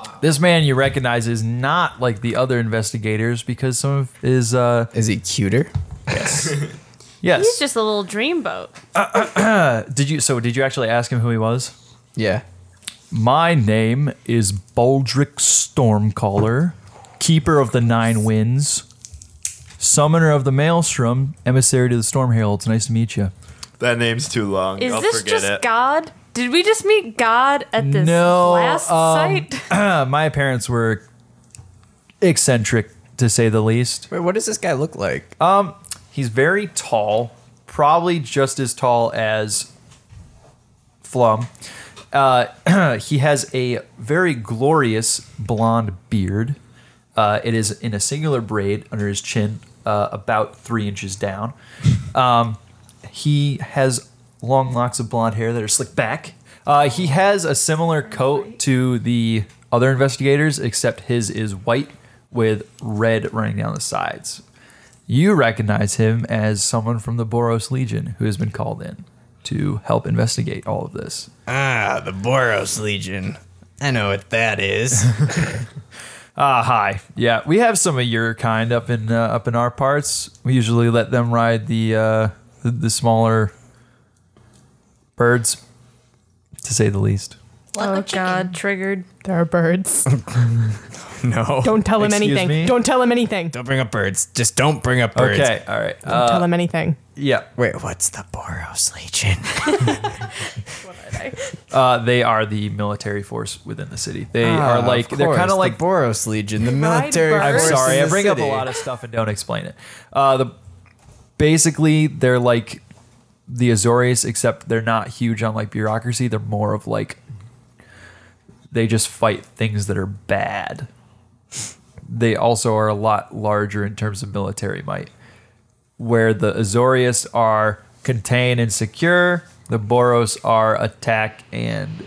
S5: (clears throat) this man you recognize is not like the other investigators because some of his uh
S6: Is he cuter?
S5: yes. (clears throat)
S8: He's just a little dreamboat.
S5: did you so did you actually ask him who he was?
S6: Yeah.
S5: My name is Baldric Stormcaller, keeper of the nine winds, summoner of the maelstrom, emissary to the storm heralds. Nice to meet you.
S9: that name's too
S5: Oh,
S9: long.
S8: Is
S9: I'll
S8: this
S9: forget
S8: just
S9: it.
S8: God? Did we just meet God at this
S5: No,
S8: last
S5: um,
S8: site?
S5: (clears throat) my parents were eccentric to say the least. Um,
S6: Wait, what does this guy look like?
S5: He's very tall, probably just as tall as Flum. Uh, (clears throat) he has a very glorious blonde beard. Uh, it is in a singular braid under his chin, uh, about three inches down. Um, he has long locks of blonde hair that are slicked back. Uh, he has a similar coat to the other investigators, except his is white with red running down the sides. You recognize him as someone from the Boros Legion who has been called in to help investigate all of this.
S6: Ah, the Boros Legion. I know what that is. (laughs)
S5: (laughs) Ah, hi. Yeah, we have some of your kind up in uh, up in our parts. We usually let them ride the uh, the, the smaller birds, to say the least.
S8: oh God, triggered.
S4: There
S5: (laughs)
S4: are birds.
S6: no.
S4: Don't tell him
S5: Excuse
S4: anything.
S5: me?
S4: Don't tell him anything.
S6: Don't bring up birds. Just don't bring up birds.
S5: Okay, all right. Uh,
S4: Don't tell him anything.
S5: Yeah.
S6: Wait, what's the Boros Legion?
S5: Uh, they are the military force within the city. They are like they're kind of like
S6: Ah, the Boros Legion, the military.
S5: I'm
S6: force
S5: sorry,
S6: in
S5: I
S6: the
S5: bring up a
S6: city.
S5: lot of stuff and don't explain it. Uh, the basically they're like the Azores, except they're not huge on like bureaucracy. They're more of like they just fight things that are bad. They also are a lot larger in terms of military might. Where the Azorius are contain and secure, the Boros are attack and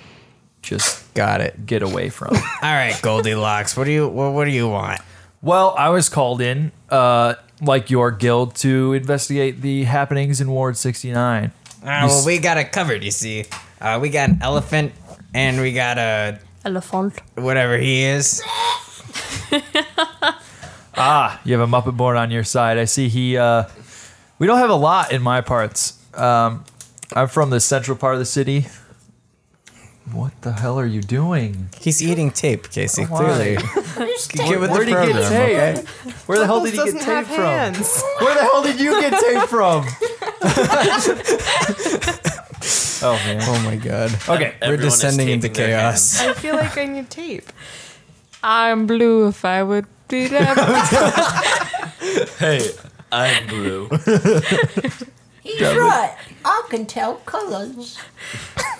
S5: just
S6: got it.
S5: Get away from.
S6: (laughs) All right, Goldilocks. What do you what, what do you want?
S5: Well, I was called in, uh, like your guild, to investigate the happenings in Ward 69.
S6: Ah,
S5: You
S6: well,
S5: s-
S6: we got it covered. You see, uh, we got an elephant, and we got a
S8: elephant,
S6: whatever he is.
S5: ah, you have a Muppet board on your side. I see he. Uh, we don't have a lot in my parts. Um, I'm from the central part of the city. What the hell are you doing?
S6: He's eating tape, Casey.
S5: Why?
S6: Clearly,
S5: Where- Where'd he get tape? Where the hell did he
S4: Bubbles
S5: get
S4: doesn't
S5: tape
S4: have
S5: from?
S4: hands.
S5: Where the hell did you get tape from? (laughs) oh man!
S6: Oh my god!
S5: Okay,
S6: we're descending into
S9: taking their
S6: (laughs) chaos.
S3: I feel like I need tape.
S8: (laughs) I'm blue if I would be that.
S9: Hey, I'm blue.
S10: He's
S9: Devin.
S10: right. I can tell colors.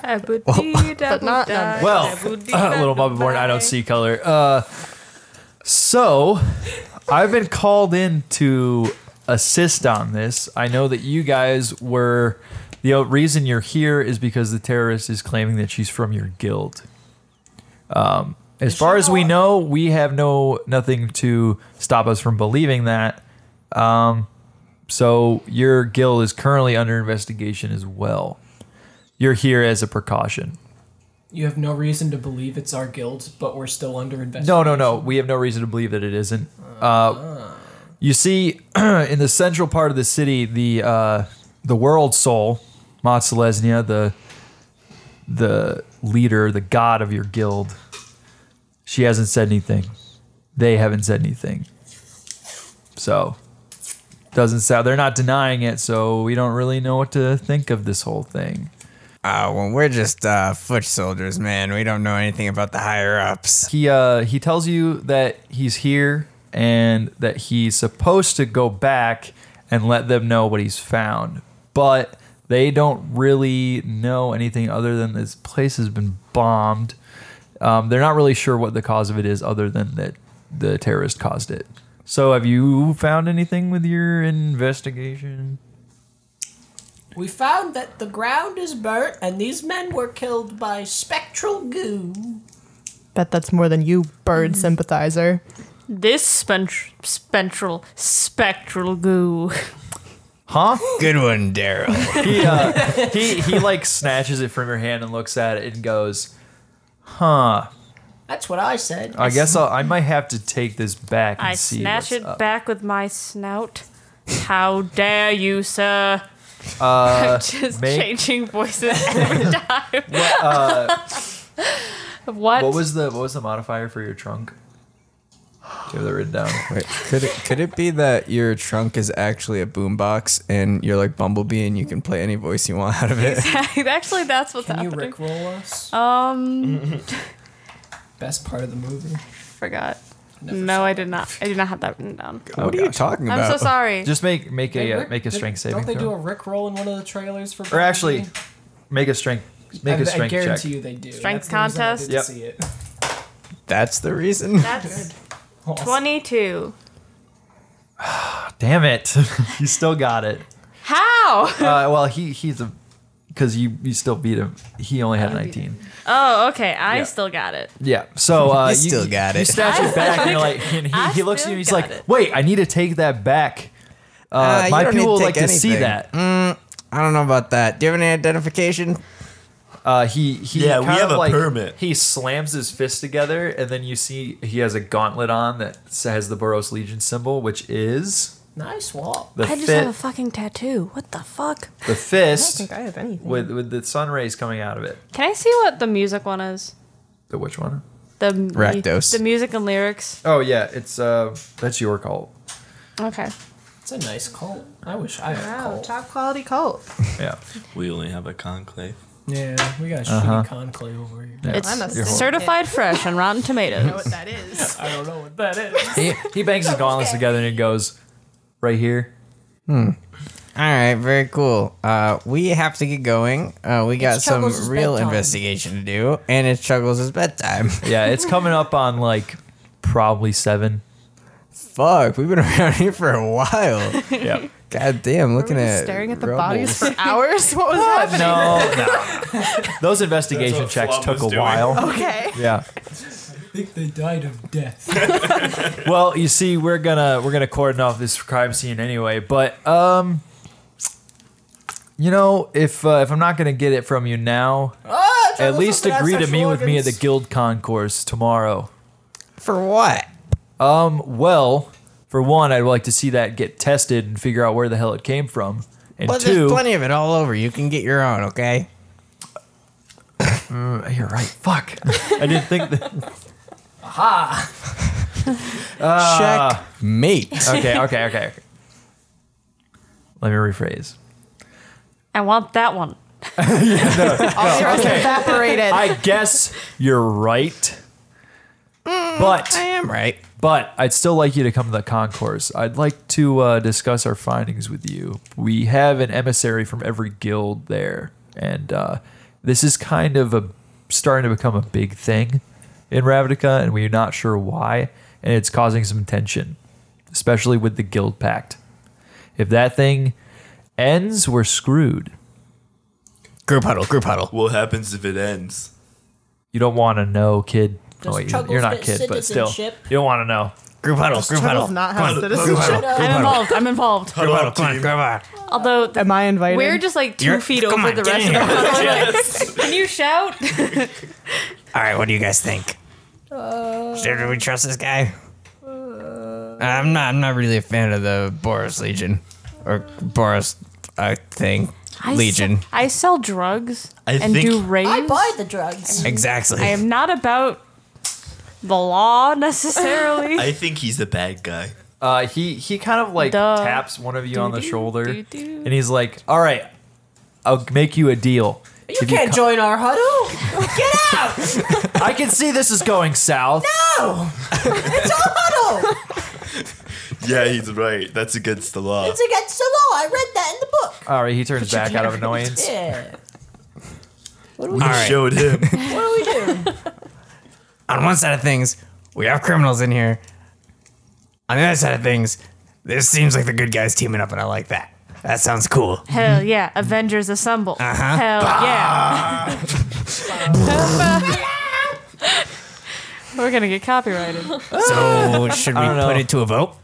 S8: I would be that.
S4: not none.
S5: Well, (laughs) uh, little Muppet Born, I don't see color. Uh, so, I've been called in to assist on this. I know that you guys were. The o- reason you're here is because the terrorist is claiming that she's from your guild. Um, as far as we know, we have no nothing to stop us from believing that. Um, so your guild is currently under investigation as well. You're here as a precaution.
S7: (laughs) You have no reason to believe it's our guild, but we're still under investigation.
S5: No, no, no. We have no reason to believe that it isn't. Uh, you see, (clears throat) in the central part of the city, the uh, the world soul, Matselesnia, the the leader, the god of your guild, she hasn't said anything. They haven't said anything. So doesn't sound they're not denying it, so we don't really know what to think of this whole thing.
S6: Uh, well, we're just uh, foot soldiers, man. We don't know anything about the higher ups.
S5: He uh he tells you that he's here and that he's supposed to go back and let them know what he's found. But they don't really know anything other than this place has been bombed. Um, they're not really sure what the cause of it is other than that the terrorist caused it. So have you found anything with your investigation?
S10: We found that the ground is burnt and these men were killed by spectral goo.
S4: (laughs) Bet that's more than you, bird
S3: Mm-hmm.
S4: sympathizer.
S8: (laughs) This spent- spectral spectral goo.
S5: Huh?
S6: Good one, Daryl.
S5: (laughs) he, uh, he he like snatches it from your hand and looks at it and goes, "Huh."
S10: That's what I said.
S5: I guess I'll, I might have to take this back and
S8: I
S5: see.
S8: snatch
S5: what's
S8: it
S5: up.
S8: back with my snout. How dare you, sir?
S5: Uh,
S8: I'm (laughs) just
S5: make-
S8: changing voices
S5: (laughs)
S8: every time.
S5: What, uh,
S8: what?
S5: What
S7: (laughs)
S5: was the what was the modifier for your trunk? Do you have that written down?
S6: Wait, could it could it be that your trunk is actually a boombox and you're like Bumblebee and you can play any voice you want out of it?
S8: Actually, that's what's
S7: Can you
S8: happening.
S7: rickroll us?
S8: Um,
S7: (laughs) Best part of the movie.
S8: forgot. no, I did not. I did not have that written down.
S7: What are you
S6: talking
S8: I'm so sorry.
S5: Just make make
S7: They
S5: a uh,
S7: rick-
S5: make a
S7: they-
S5: strength saving
S7: Don't they
S5: throw.
S7: do a rickroll in one of the trailers for?
S5: or actually, make a strength
S7: I,
S5: make a
S7: I
S5: strength
S7: guarantee
S5: check.
S7: you they do.
S8: Strength
S7: That's the reason I
S8: contest?
S7: didn't
S5: Yep.
S7: see it.
S6: That's the
S5: (laughs)
S6: reason.
S8: That's twenty-two.
S5: Damn it! (laughs) you still got it.
S8: How? (laughs)
S5: Uh, well, he Uh, he's a because you you still beat him. He only had 19.
S8: Oh, okay. I
S5: Yeah.
S8: still got it.
S5: Yeah.
S6: (laughs)
S5: So uh,
S6: You still got
S5: You
S6: it.
S5: snatch
S6: (laughs)
S5: it back, and you're like, and he, he looks at you, and he's like, "Wait, I need to take that back. Uh,
S6: Uh, you
S5: my
S6: don't need
S5: people would like
S6: take
S5: to see
S6: anything.
S5: that."
S6: Mm, I don't know about that. Do you have any identification?
S5: Uh, he he
S6: Yeah, we
S5: kind
S6: have
S5: of
S6: a
S5: like,
S6: permit.
S5: He slams his fist together, and then you see he has a gauntlet on that has the Boros Legion symbol, which is
S10: Nice walk.
S5: the
S8: I just
S5: fit-
S8: have a fucking tattoo. What the fuck?
S5: the fist
S8: think (laughs) I have anything.
S5: with with the sun rays coming out of it.
S8: Can I see what the music one is?
S5: The which one?
S8: The
S5: Rakdos.
S8: The music and lyrics.
S5: Oh yeah, it's uh that's your cult.
S8: Okay.
S7: It's a nice cult. I wish I had a
S3: Wow,
S7: cult.
S3: top quality cult.
S5: Yeah.
S9: We only have a conclave.
S7: Yeah, we got a shitty
S9: Uh-huh.
S7: conclave over here.
S8: It's certified fresh on Rotten Tomatoes.
S7: know what (laughs) that is. I don't know what that is.
S5: (laughs) He he
S8: (laughs)
S5: bangs his gauntlets together and he goes, right here.
S6: Hmm. All right, very cool. Uh, we have to get going. Uh, we got
S5: It's
S6: some
S5: Chuggles'
S6: real
S5: bedtime.
S6: investigation to do, and it's Chuggles' bedtime.
S5: Yeah, it's
S6: (laughs)
S5: coming up on like probably seven.
S6: Fuck, we've been (laughs) around here for a while.
S5: (laughs) Yeah.
S6: God damn, looking at
S3: Staring at the
S6: rubble.
S3: bodies
S5: (laughs)
S3: for hours. What was happening?
S5: No, no. Those investigation checks took a while.
S3: Okay.
S5: Yeah.
S7: I think they died of death.
S5: Well, you see, we're gonna we're gonna cordon off this crime scene anyway. But um, you know, if uh, if I'm not gonna get it from you now,
S10: Oh,
S6: Ah,
S5: at least
S6: looking at
S5: agree to
S6: sexual
S5: meet with me at the
S6: organs.
S5: guild concourse tomorrow.
S6: For what?
S5: Um. Well, for one, I'd like to see that get tested and figure out where the hell it came from. And
S6: Well,
S5: two,
S6: there's plenty of it all over. You can get your own, okay?
S5: Mm, you're right. Fuck. I didn't think that.
S6: (laughs)
S7: Aha!
S5: Ah.
S6: Checkmate.
S5: Okay, okay, okay. Let me rephrase.
S8: I want that one.
S3: All yours evaporated.
S5: I guess you're right. But I
S6: am right.
S5: But I'd still like you to come to the concourse. I'd like to uh, discuss our findings with you. We have an emissary from every guild there, and uh, this is kind of a starting to become a big thing in Ravnica, and we're not sure why, and it's causing some tension, especially with the guild pact. If that thing ends, we're screwed.
S6: Group huddle, group huddle.
S9: What happens if it ends?
S5: You don't want to know, kid. No,
S9: Does
S5: wait,
S9: Chuggles
S5: you're not
S9: get
S5: kid, but still, you
S9: citizenship?
S5: don't want to know.
S6: Group huddle,
S5: group huddle.
S3: not have
S5: citizenship.
S8: I'm involved. I'm
S4: (laughs)
S8: involved.
S5: Huddle up,
S6: team.
S8: Although
S4: am I invited?
S8: we're just like 2
S6: You're-
S8: feet
S6: come
S8: over
S6: on,
S8: the
S6: get
S8: rest
S6: in
S8: of the (laughs)
S6: here.
S8: crowd.
S6: Yes.
S8: Like, Can you shout?
S6: All right, what do you guys think?
S10: Uh,
S6: Should we trust this guy? I'm not. I'm not really a fan of the Boris Legion or Boris uh, thing.
S8: I
S6: Legion.
S8: se- I sell drugs
S6: I
S8: and
S6: think-
S8: do raves.
S10: I buy the drugs.
S6: (laughs) Exactly.
S8: I am not about the law
S6: (laughs)
S8: necessarily.
S9: I think he's the bad guy.
S5: Uh, he he kind of like
S8: Duh.
S5: taps one of you on the
S8: Doo-doo,
S5: shoulder, and he's like, "All right, I'll make you a deal. If
S10: You can't
S5: co-
S10: join our huddle. Get out! (laughs)
S5: I can see this is going south.
S10: No! It's our huddle.
S9: Yeah, he's right. That's against the
S5: Uh.
S9: law.
S10: It's against the law. I read that in the book.
S5: All right, he turns back out of annoyance.
S10: Yeah. What do
S9: We
S10: we do?
S9: showed him.
S10: What do we do?
S6: (laughs) on one side of things, we have criminals in here. On the other side of things, this seems like the good guys teaming up, and I like that. That sounds cool.
S8: Hell yeah, Avengers Assemble.
S6: Uh-huh.
S8: Hell yeah.
S6: (laughs)
S8: We're gonna get copyrighted.
S5: (laughs)
S6: So should we put it to a vote?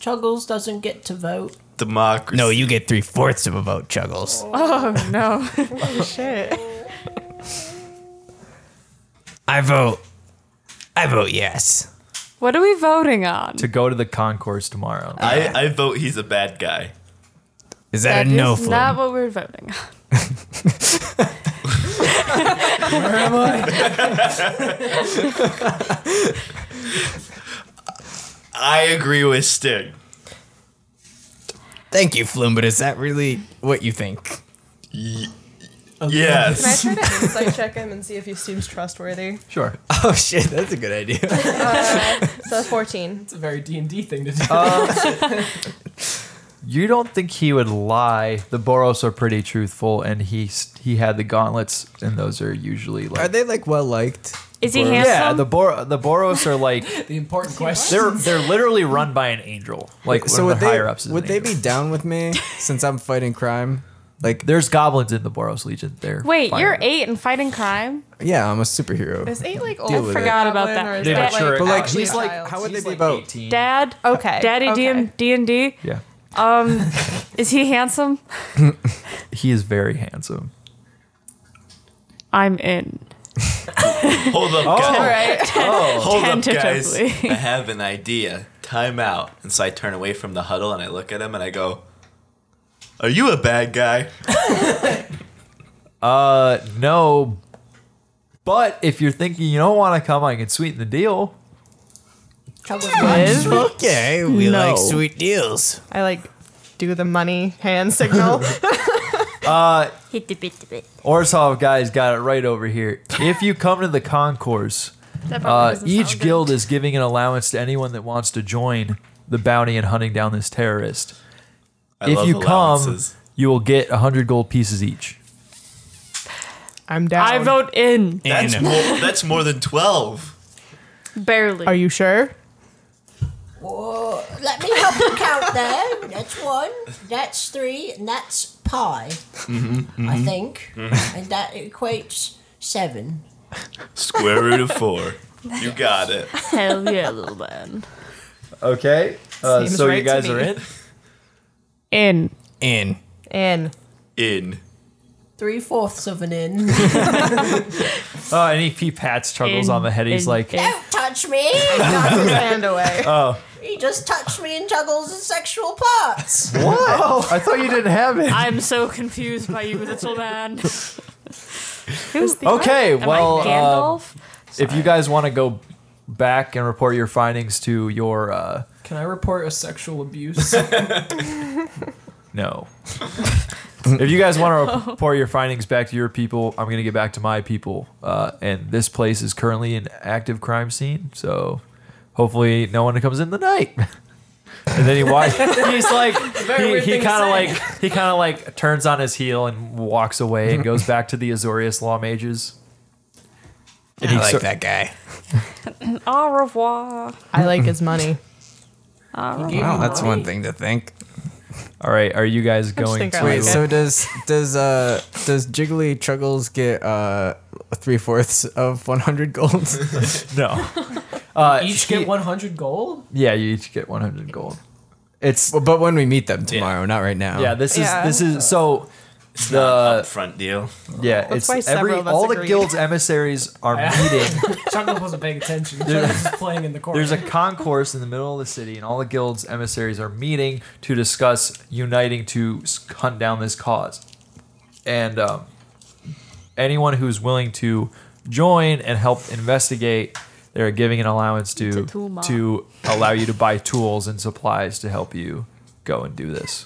S10: Chuggles doesn't get to vote.
S9: Democracy.
S6: No, you get three fourths of a vote, Chuggles.
S8: Oh no.
S3: Holy shit.
S6: I vote. I vote yes.
S8: What are we voting on?
S5: To go to the concourse tomorrow.
S9: I, I vote he's a bad guy.
S6: Is
S8: That is not what we're voting on.
S6: (laughs)
S5: Where am
S9: I? I agree with Stig.
S6: Thank you, Flume, but is that really what you think?
S9: yes.
S3: Can I
S4: (laughs)
S3: try to insight check him and see if he seems trustworthy?
S5: Sure.
S6: Oh shit, that's a good idea. (laughs)
S3: Uh, so 14.
S7: It's a very D and D thing to do.
S5: Uh. You don't think he would lie? The Boros are pretty truthful, and he s- he had the gauntlets, and those are usually like.
S6: Are they like well liked?
S8: Is he
S5: Yeah,
S8: handsome?
S5: the Bor- the Boros are like
S7: the important question.
S5: they're they're literally run by an angel, like one
S6: so
S5: of
S6: would
S5: the
S6: they
S5: higher ups. (laughs)
S6: would they be down with me since I'm fighting crime? Like
S5: there's goblins in the Boros Legion. There.
S8: Wait, you're eight and fighting crime?
S6: Yeah, I'm a superhero.
S8: This ain't like
S6: Deal
S8: I
S6: with
S8: forgot
S6: it.
S8: about
S3: Goblin or
S8: that.
S3: is They that,
S6: mature
S8: Dad-
S6: it But, like, out. he's like- how would they be about- 18.
S8: Dad?
S3: Okay,
S8: Daddy
S3: okay.
S8: D and D.
S5: Yeah. (laughs)
S8: Um, is he handsome?
S6: (laughs)
S5: He is very handsome.
S8: I'm in.
S9: (laughs) Hold up,
S8: Oh.
S9: guys.
S8: All right.
S9: Oh. Hold up, guys. I
S8: Tentatively.
S9: have an idea. Time out. And so I turn away from the huddle and I look at him and I go, Are you a bad guy?
S5: Uh, no. But if you're thinking you don't want to come, I can sweeten the deal. (laughs)
S6: Liz? (laughs) Okay, we like sweet deals.
S4: I like do the money hand signal.
S5: Uh,
S8: Hit the bit, the bit.
S5: Orzhov guy's got it right over here. If you come to the concourse,
S8: That probably
S5: uh,
S8: doesn't
S5: each
S8: sound good.
S5: guild is giving an allowance to anyone that wants to join the bounty in hunting down this terrorist.
S9: I
S5: if
S9: love
S5: you come,
S9: allowances.
S5: you will get 100 gold pieces each.
S4: I'm down.
S8: I vote in.
S9: That's more, that's more than 12.
S8: Barely.
S4: Are you sure?
S10: Whoa, let me help you count there. That's one, that's three, and that's pi,
S9: Mm-hmm.
S10: I think. And that equates seven.
S9: Square root of four. You got it.
S8: Hell yeah, little man.
S5: Okay.
S8: uh, Seems so you right to guys me. are in? In.
S6: In.
S4: In.
S9: In.
S10: Three fourths of an in.
S5: Oh, and he, he pats Chuggles
S10: In,
S5: on the head. He's
S10: in,
S5: like,
S10: Don't touch me!
S4: Knocked his hand away.
S5: oh.
S10: He just touched me and juggles his sexual parts.
S5: What? (laughs) I thought you didn't have it.
S8: I'm so confused by you, little (laughs) man.
S5: Okay,
S8: Am I
S5: well, um,
S8: Gandalf?
S5: if you guys want to go back and report your findings to your uh,
S7: (laughs) Can I report a
S5: (laughs)
S7: sexual abuse? (laughs)
S5: no, if you guys (laughs) want to report your findings back to your people, I'm gonna get back to my people. Uh, and this place is currently an active crime scene, so hopefully no one comes in the night. (laughs) and then he walks. (laughs) He's like
S7: Very
S5: he,
S7: weird
S5: he
S7: thing to
S5: kind of
S7: say.
S5: like he kind of like turns on his heel and walks away and goes back to the Azorius law mages.
S6: I like that guy.
S8: (clears throat) Au revoir.
S4: I like his money.
S8: Au
S6: Well,
S8: revoir.
S6: that's one thing to think.
S5: All right, are you guys going
S4: think I
S5: to
S4: like
S6: Wait, so does does uh does Jiggly Chuggles get uh three fourths of one hundred gold?
S5: (laughs)
S6: (laughs)
S5: no. Uh,
S7: Each
S5: he-
S7: get 100 gold?
S5: Yeah, you each get 100 gold. It's
S6: but when we meet them tomorrow, not right now.
S5: Yeah, this is
S7: Yeah.
S5: this is so the front
S9: deal.
S5: Yeah,
S7: That's
S5: it's
S7: why
S5: every
S7: several of us
S5: all the
S7: agreed.
S5: guild's emissaries (laughs) are meeting.
S7: (laughs) Chuckles wasn't paying (laughs) attention.
S5: There's-
S7: Chuckles was playing in the corner.
S5: There's a concourse in the middle of the city, and all the guild's emissaries are meeting to discuss uniting to s- hunt down this cause. And um, anyone who's willing to join and help investigate, they're giving an allowance
S8: It's a
S5: to
S8: tool, Ma.
S5: to allow you to buy tools and supplies to help you go and do this.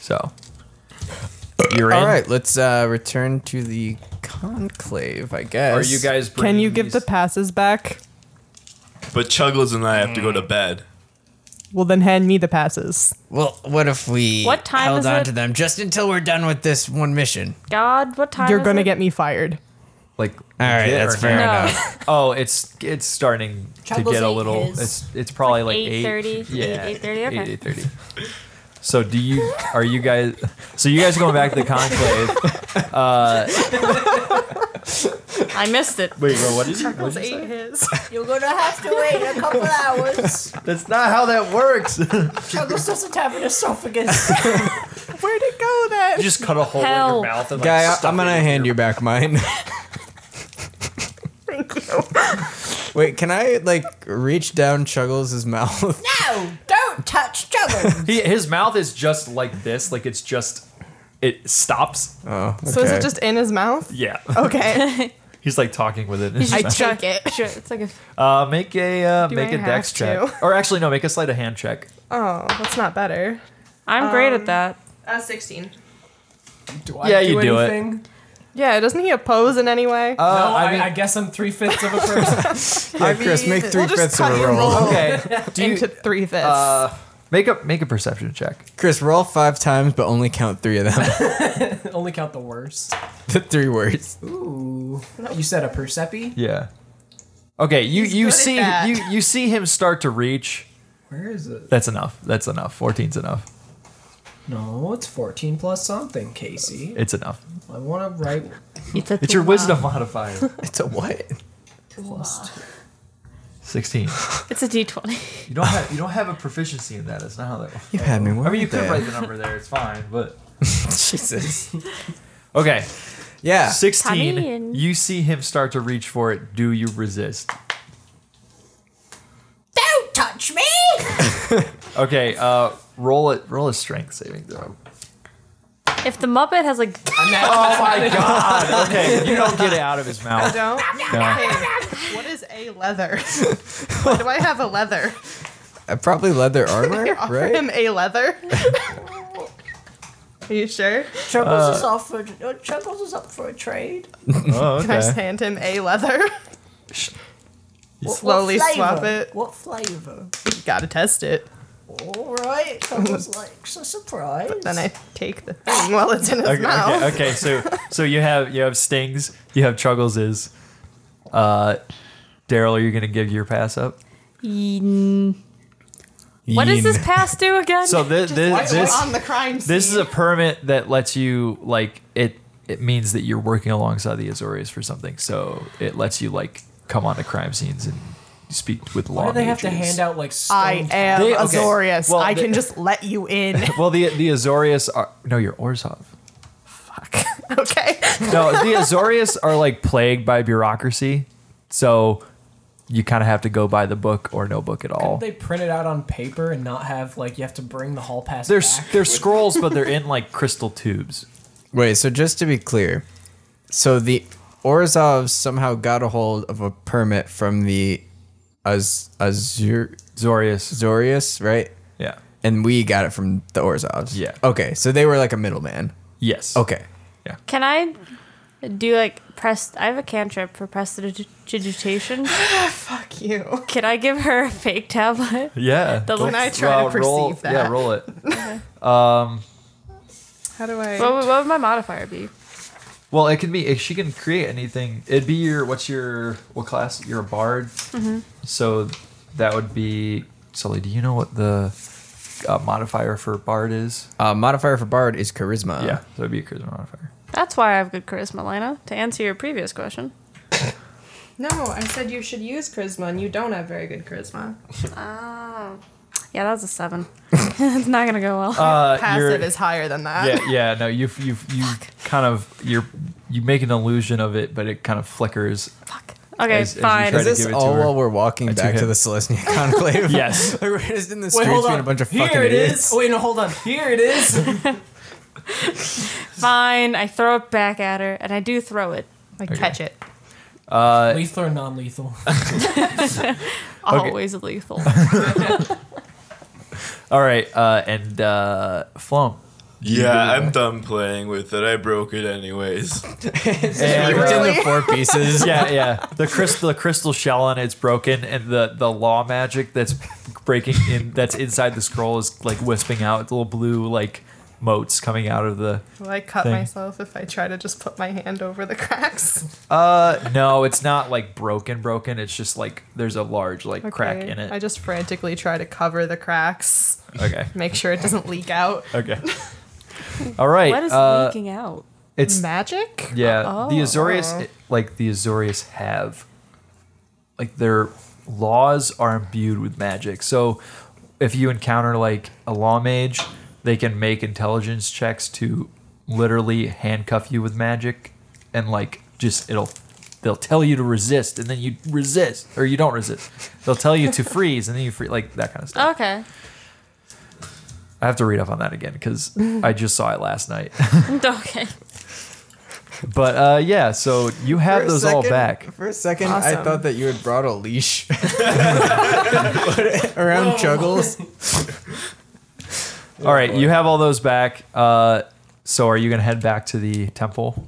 S5: So you're in.
S6: All right, let's uh return to the conclave. I guess.
S5: Are you
S6: (laughs)
S5: guys?
S4: Can you give the passes back?
S9: But Chuggles and I have to go
S8: Mm.
S9: to bed.
S4: Well, then hand me the passes.
S6: Well, what if we
S4: What time
S6: held
S4: is
S6: on
S4: it?
S6: to them just until we're done with this one mission?
S8: God, what time?
S4: You're
S8: is
S4: gonna
S8: it?
S4: get me fired.
S5: like
S6: All right,
S5: legit
S6: that's
S5: or
S6: fair
S5: no?
S6: enough.
S5: (laughs) oh, it's it's starting to
S8: Chuggles
S5: get a
S8: ate
S5: little.
S8: his.
S5: It's it's probably like,
S8: Like 8:30?
S5: eight. (laughs) Yeah,
S8: Eight- 8:30? Okay.
S5: Eight thirty. So do you? Are you guys? So you guys are going back to the
S6: (laughs)
S5: conclave? Uh,
S8: I missed it.
S5: wait, bro, what did you?
S4: Chuckles
S5: What did you say?
S4: ate his.
S10: You're gonna have to wait a
S5: (laughs)
S10: couple hours.
S5: That's not how that works. you
S10: Chuggles doesn't have an esophagus.
S4: Where'd it go then?
S5: just cut a hole in
S8: Hell.
S5: your mouth and like,
S6: Guy,
S5: stuff
S6: I'm
S5: it.
S6: gonna hand you back mine. (laughs)
S4: Thank you.
S6: Wait, can I like reach down Chuggles' mouth? (laughs)
S10: no, don't touch Chuggles.
S5: He, his mouth is just like this. Like it's just. It stops.
S6: Oh, okay.
S4: So is it just in his
S8: (laughs)
S4: mouth?
S5: Yeah.
S4: Okay.
S5: (laughs) He's like talking with it. in his
S4: I
S5: mouth.
S4: check it.
S8: Sure, it's like a
S5: (laughs) Uh, make a uh,
S4: Do
S5: make
S4: I
S5: a dex
S4: have
S5: check,
S4: to?
S5: or actually no, make a sleight of hand check.
S4: Oh, that's not better.
S8: I'm great at that.
S3: Uh, 16.
S7: do I
S5: yeah,
S7: do
S5: you do it.
S7: anything?
S4: Yeah, doesn't he oppose in any way?
S5: Uh,
S7: no, I,
S5: I mean,
S7: I guess I'm three fifths of a
S5: (laughs)
S7: person.
S6: yeah, Chris, make 3 fifths of a roll.
S5: okay. Do you
S4: Into three fifths.
S5: uh, (laughs) make a make a perception check?
S6: Chris, roll five times, but only count three of them. (laughs)
S7: Only count the worst.
S6: the three words. (laughs)
S7: Ooh. You said a Persepi?
S5: Yeah. Okay, you
S4: He's
S5: you
S4: good at
S5: see
S4: that.
S5: you you see him start to reach.
S7: Where is it?
S5: That's enough. That's enough. 14's enough.
S7: No, it's 14 plus something, Casey.
S5: It's enough.
S7: I want to write.
S8: It's,
S5: It's your wisdom modifier. (laughs)
S6: it's a what?
S5: Sixteen.
S8: It's a D twenty.
S5: You don't have you don't have a proficiency in that. That's not how that works.
S6: You had me
S5: I mean, you
S6: worried
S5: could
S6: there.
S5: write the number there. It's fine, but
S6: Jesus.
S5: (laughs) Okay.
S6: Yeah.
S8: Tommy
S5: Sixteen.
S8: and-
S5: You see him start to reach for it. Do you resist?
S10: Don't touch me!
S5: Okay. Uh, roll it. Roll a strength saving throw.
S8: (laughs) If the Muppet
S4: (laughs)
S8: has a
S5: Oh my god. Okay. You don't get it out of his
S4: I
S5: mouth.
S4: don't.
S5: No.
S4: Hey, what is a leather? Why do I have a leather?
S6: Uh, probably leather armor,
S4: Offer
S6: right?
S4: him a leather. (laughs) Are you sure?
S10: Chuckles is off for uh, Chuckles is up for
S8: (laughs)
S10: a trade.
S8: Uh-huh.
S5: Oh,
S4: Can I just
S5: okay.
S4: hand him a leather?
S10: What- what
S4: (laughs) Slowly swap
S10: flavor?
S4: it.
S10: What flavor?
S4: Gotta test it.
S10: All
S8: (laughs)
S10: right, Chuckles likes a surprise.
S4: Then I take the thing while it's in his
S5: Okay,
S4: mouth.
S5: okay, okay, so so you have you have stings, you have Chuggles's. Uh, Daryl, are you gonna give your pass up?
S8: Yeen. What does this pass do again?
S5: So thi- thi-
S4: Why are we
S5: this
S4: on the crime scene.
S5: this is a permit that lets you like it. It means that you're working alongside the Azores for something, so it lets you like come onto crime scenes and speak with law.
S7: Why do they have to
S5: majors.
S7: hand out like
S4: I
S7: stone
S4: am
S5: They- okay.
S4: Azorius.
S5: Well,
S4: I
S5: they-
S4: can just let you in.
S5: well, the the Azorius are no, you're Orzhov.
S4: okay.
S5: (laughs) No, the Azorius are like plagued by bureaucracy, so you kind of have to go by the book or no book at all.
S7: Couldn't they print it out on paper and not have like you have to bring the hall pass
S5: They're (laughs)
S7: back?
S5: they're scrolls, but they're in like crystal tubes.
S6: Wait, so just to be clear, so the Orzov somehow got a hold of a permit from the Az- Azur
S5: Zorius.
S6: Zorius, right?
S5: Yeah.
S6: And we got it from the Orzovs.
S5: Yeah.
S6: Okay, so they were like a middleman.
S5: Yes.
S6: Okay. (laughs)
S8: Can I do like press? I have a cantrip for prestidigitation.
S4: (sighs) Fuck you.
S8: Can I give her a fake tablet?
S5: Yeah.
S8: The
S4: Can
S8: little-
S4: I try to perceive
S5: roll,
S4: that?
S5: Yeah, roll
S4: (laughs)
S5: it. um,
S4: How do I?
S8: What would, what would my modifier be?
S5: well, it can be if she can create anything. It'd be your what's your what class? You're a bard.
S4: Mm-hmm.
S5: So that would be Sully. Do you know what the uh, modifier for bard is?
S6: Uh, modifier for bard is charisma.
S5: yeah, so it'd be a charisma modifier.
S8: That's why I have good charisma, Lina. To answer your previous question,
S4: no, I said you should use charisma, and you don't have very good charisma. Oh.
S8: yeah, that was a
S5: (laughs)
S8: seven. it's not gonna go well.
S5: Uh, your-
S4: Passive is higher than that. (laughs)
S5: yeah, yeah. No, you you you kind of you're you make an illusion of it, but it kind of flickers.
S8: Fuck. Okay,
S5: As- as you
S8: fine.
S5: try
S6: Is
S5: to
S6: this
S5: give it to
S6: all
S5: her.
S6: while we're walking
S5: That's
S6: back
S5: your
S6: to the
S5: hit.
S4: (laughs)
S6: Celestian
S7: (laughs)
S6: Conclave?
S5: Yes.
S6: like we're just in the
S7: Wait,
S6: streets
S7: hold
S6: being
S7: on.
S6: a bunch of
S7: Here
S6: fucking
S7: it is.
S6: idiots.
S7: Wait, no, hold on. Here it is. (laughs)
S8: fine. I throw it back at her, and I do throw it
S4: Like
S5: (laughs)
S4: catch it.
S7: lethal or non-lethal? (laughs)
S8: always
S5: (laughs)
S8: lethal.
S5: All right, uh, and uh, Flum.
S9: Yeah, I'm done playing with it. I broke it
S8: (laughs)
S9: anyways.
S5: And-
S6: It's
S8: uh,
S6: in the four
S5: (laughs)
S6: pieces.
S5: yeah,
S6: (laughs)
S5: yeah. The crystal, the crystal shell on it's broken, and the the law magic that's breaking in that's inside the scroll is like wisping out little blue like motes coming out of the.
S4: Will I cut
S5: Thing.
S4: myself if I try to just put my hand over the cracks?
S5: Uh, no, it's not like broken, broken. It's just like there's a large (laughs) like crack
S4: Okay,
S5: in it.
S4: I just frantically try to cover the cracks,
S5: okay,
S4: make sure it doesn't leak out. (laughs)
S5: okay. (laughs) All right.
S8: what is
S5: uh,
S8: leaking out?
S5: It's
S4: Magic?
S5: yeah. the
S8: Oh.
S5: Azorius, like the Azorius, have like their laws are imbued with magic. So if you encounter like a law mage, they can make intelligence checks to literally handcuff you with magic and like just it'll they'll tell you to resist and then you resist or you don't resist. They'll tell you to (laughs) freeze and then you free like that kind of stuff.
S8: Okay, (laughs)
S5: I have to read up on that again
S4: (laughs)
S5: cuz I just saw it last night. (laughs)
S8: okay.
S5: But uh yeah, so you have
S6: For a
S5: those all
S6: second-
S5: back.
S6: For a second, I
S4: Awesome.
S6: thought that you had brought a leash (laughs) Put it around
S4: Oh. (laughs)
S6: Chuggles.
S5: (laughs) All right, you have all those back. Uh, so are you gonna head back to the temple?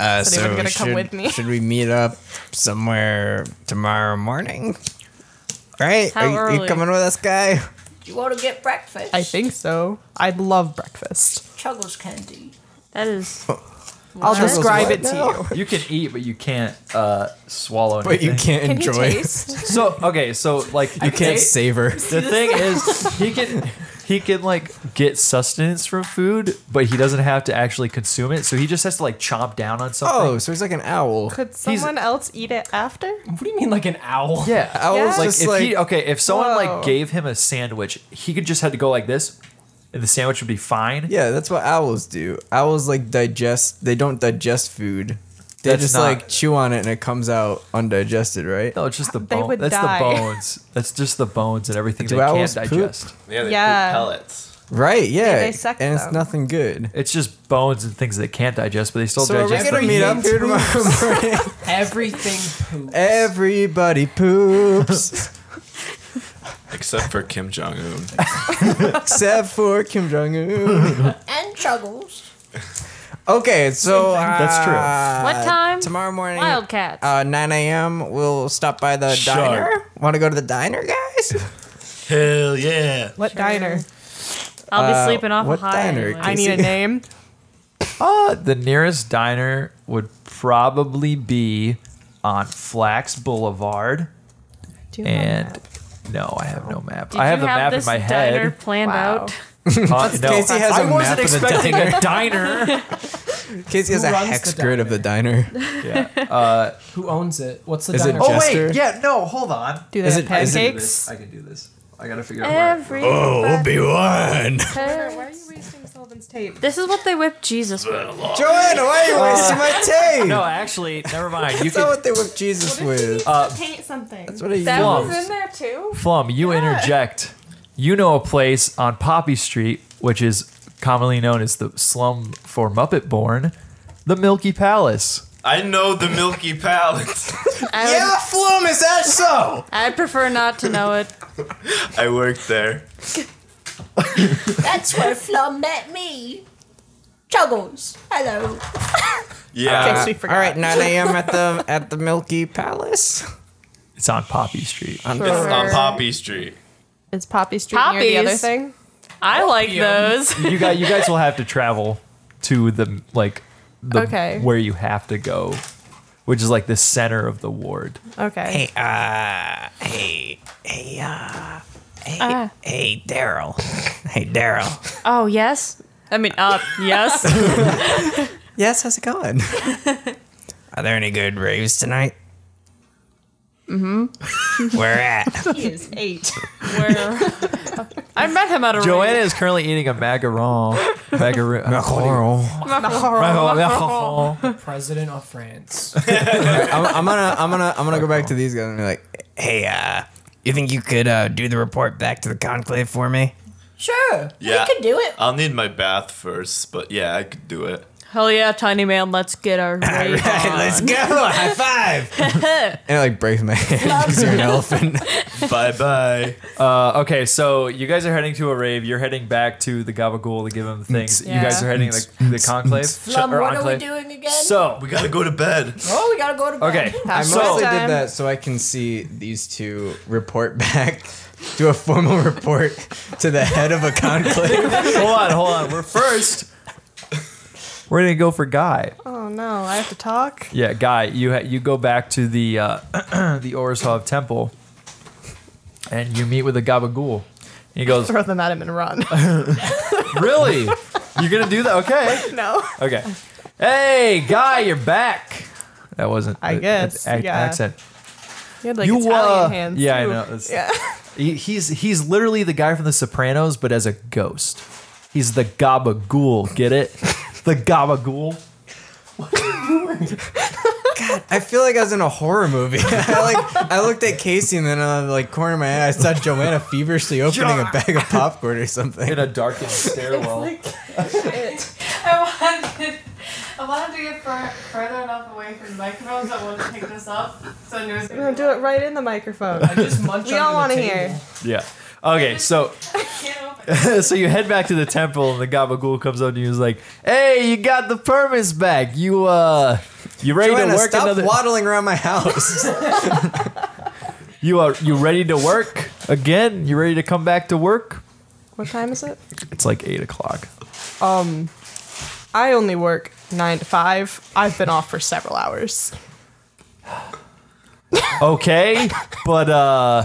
S6: Uh,
S4: Is anyone gonna come
S6: should,
S4: with me? (laughs)
S6: should we meet up somewhere tomorrow morning? Right?
S8: How
S6: Are you,
S8: early?
S6: you coming with us, guy?
S10: Do you want to get breakfast?
S4: I think so. I love breakfast.
S10: Chuggles candy.
S8: That is
S4: I'll
S6: Chuggles
S4: describe
S6: what
S4: it to
S6: now?
S4: you.
S5: You can eat, but you can't uh, swallow.
S6: But you
S5: anything.
S6: can't
S4: Can
S6: enjoy.
S4: he taste?
S5: So okay, so like you
S6: You can't savor.
S5: The thing is, he can he can like get sustenance from food, but he doesn't have to actually consume it. So he just has to like chomp down on something.
S6: Oh, so he's like an owl.
S3: Could someone else eat it after? What
S7: do you mean, like an owl? (laughs)
S5: Yeah, owls
S3: Yeah.
S5: like
S3: Just
S5: if he
S3: like-
S5: okay, if someone
S3: Whoa.
S5: like gave him a sandwich, he could just had to go like this, and the sandwich would be fine.
S6: Yeah, that's what owls do. Owls like digest. They don't digest food. They
S5: That's
S6: just
S5: not-
S6: like chew on it and it comes out undigested, right?
S5: No, it's just the
S3: They
S5: bone.
S3: would
S5: That's
S3: die.
S5: the bones. That's just the bones and everything
S6: Do
S5: they can't
S6: owls poop?
S5: digest.
S9: Yeah,
S3: they Yeah. poop pellets.
S6: Right? Yeah,
S3: they suck
S6: and it's
S3: them.
S6: nothing good.
S5: It's just bones and things that can't digest, but they still
S6: So are we
S5: digest. them.
S6: gonna meet up here tomorrow (laughs)
S3: (laughs)
S6: morning?
S7: Everything poops.
S6: (laughs) Everybody
S5: (laughs)
S6: poops
S9: Except for Kim Jong Un.
S6: except for Kim Jong Un.
S10: And Chuggles.
S6: Okay, so uh,
S5: That's true.
S8: What time?
S6: Tomorrow morning,
S8: Wildcats.
S6: uh, 9 a.m. We'll stop by the
S9: Sure.
S6: diner. Want to go to the diner, guys?
S9: Hell yeah.
S3: What diner?
S8: I'll be
S6: Uh,
S8: sleeping off
S6: what
S8: a high.
S6: diner,
S8: anyway.
S3: I need a name.
S5: Uh, the nearest diner would probably be on Flax Boulevard.
S3: Do you have a
S5: And no, I have no map.
S8: Did
S5: I have
S8: you
S5: a map
S8: this
S5: in my
S8: Diner
S5: head.
S8: planned
S3: Wow.
S8: out.
S5: Uh, no,
S6: Casey has
S5: I
S6: a map
S5: wasn't
S6: of the
S5: expecting a
S6: (laughs)
S5: diner.
S6: Casey has
S7: Who
S6: a
S7: runs
S6: hex
S7: the
S6: grid of the diner.
S5: yeah. Uh,
S7: Who owns it? What's the
S6: Is it
S7: diner?
S6: Oh,
S5: oh
S6: wait,
S5: wait,
S6: Jester?
S5: yeah, no, hold on.
S3: Do they
S6: Is
S3: have
S6: it- is it-
S3: pancakes?
S5: I can do this. I gotta figure
S8: Every. (laughs)
S6: Obi Wan.
S8: This
S4: Why are you wasting Sullivan's tape?
S8: is what they whipped Jesus with.
S6: Joanna, why are you wasting my tape?
S5: Ah. No, actually, never mind. You
S6: That's not
S5: can
S6: what they whip Jesus with.
S5: Uh,
S4: Paint something.
S6: That's what he
S8: That
S6: used.
S8: was in there too.
S5: Flum, you interject. You know a place on Poppy Street, which is commonly known as the slum for Muppet Born, the Milky Palace.
S9: I know the Milky Palace. (laughs)
S8: I would,
S6: Yeah, Flum, is that so?
S8: I'd prefer not to know it.
S9: I worked there.
S10: (laughs) That's where Flum met me. Chuggles.
S8: (laughs)
S10: Hello.
S9: Yeah.
S3: Thanks, we
S6: All
S3: forgot.
S6: right, 9 a.m. at the at the Milky Palace.
S5: It's on Poppy Street.
S9: It's on Poppy Street.
S3: Is Poppy Street near the other
S8: Poppies.
S3: thing?
S8: I like those.
S5: You guys, you (laughs) guys will have to travel to the like the
S3: Okay.
S5: where you have to go, which is like the center of the ward.
S3: Okay.
S6: Hey, uh, hey, hey, uh, hey,
S8: Ah.
S6: hey, Daryl. Hey, Daryl.
S8: Oh yes. I mean, uh, (laughs) yes.
S6: Yes, how's it going? Are there any good raves tonight? Mm-hmm. Where at?
S3: He is
S8: (laughs)
S3: eight.
S8: Where I met him at a
S5: Joanna is currently eating a macaron. Macaron.
S6: Coral.
S3: (laughs)
S5: macaron.
S7: (laughs) President of France.
S6: (laughs) I'm, I'm gonna, I'm gonna, I'm gonna go back to these guys and be like, hey, uh, you think you could uh, do the report back to the conclave for me?
S4: Sure.
S9: Yeah.
S4: We can do it.
S9: I'll need my bath first, but yeah, I could do it.
S8: Hell yeah, tiny man. Let's get
S6: (laughs)
S8: our rave
S6: Hey,
S8: on.
S6: let's
S8: (laughs)
S6: go! (laughs) High five!
S8: Oh,
S6: and it like breaks my hand because you're an elephant.
S9: bye bye.
S5: Uh, okay, so you guys are heading to a rave. You're heading back to the Gabagool to give him things. You guys
S8: Yeah.
S5: are heading to the, the conclave.
S4: Flum,
S5: or
S4: what
S5: enclave.
S4: are we doing again?
S5: So,
S9: We gotta go to bed.
S4: oh, we gotta go to bed.
S5: okay.
S6: I
S3: Pass
S6: mostly
S3: the
S6: did
S3: time.
S6: that so I can see these two report back, (laughs) do a formal report to the head of a conclave.
S5: hold on, hold on. We're first. We're gonna go for Guy.
S3: Oh no, I have to talk.
S5: Yeah, Guy. You ha- you go back to the uh, (clears throat) the Orzhov Temple, and you meet with the Gabagool. And
S3: (laughs)
S5: he goes,
S3: Throw them at him and run.
S7: (laughs)
S5: "Really? You're gonna do that? Okay."
S3: no.
S5: Okay. Hey, guy, you're back. That wasn't.
S3: I
S5: that-
S3: guess,
S5: that's ac-
S3: yeah.
S5: accent.
S3: You had like
S5: You,
S3: Italian
S5: uh,
S3: hands.
S5: yeah, I
S3: too.
S5: know, that's-
S3: Yeah.
S5: He, he's he's literally the guy from The Sopranos, but as a ghost. He's the gabagool. Get it? The gabagool.
S6: I feel like I was in a horror movie. (laughs) I like I looked at Casey and then on the like corner of my eye I saw Joanna feverishly opening a bag of popcorn or something.
S5: in a
S6: (laughs)
S5: darkened stairwell.
S6: Oh,
S8: I wanted, I wanted to get fur- further enough away from the microphones. I wanted to pick this up, so I knew it was
S3: We're gonna do it right in the microphone.
S7: I just munch
S3: We all
S7: want
S3: wanna
S7: to
S3: hear.
S5: yeah. Okay, so (laughs) so you head back to the temple, and the gabagool comes up to you and is like, "Hey, you got the permits back. You uh, you ready
S6: Joanna,
S5: to work
S6: stop
S5: another? (laughs)
S6: waddling around my (laughs) house.
S5: You are you ready to work again? You ready to come back to work?
S3: What time is it?
S5: It's like eight o'clock.
S3: Um, I only work nine to five. I've been off for several hours.
S5: okay, but uh,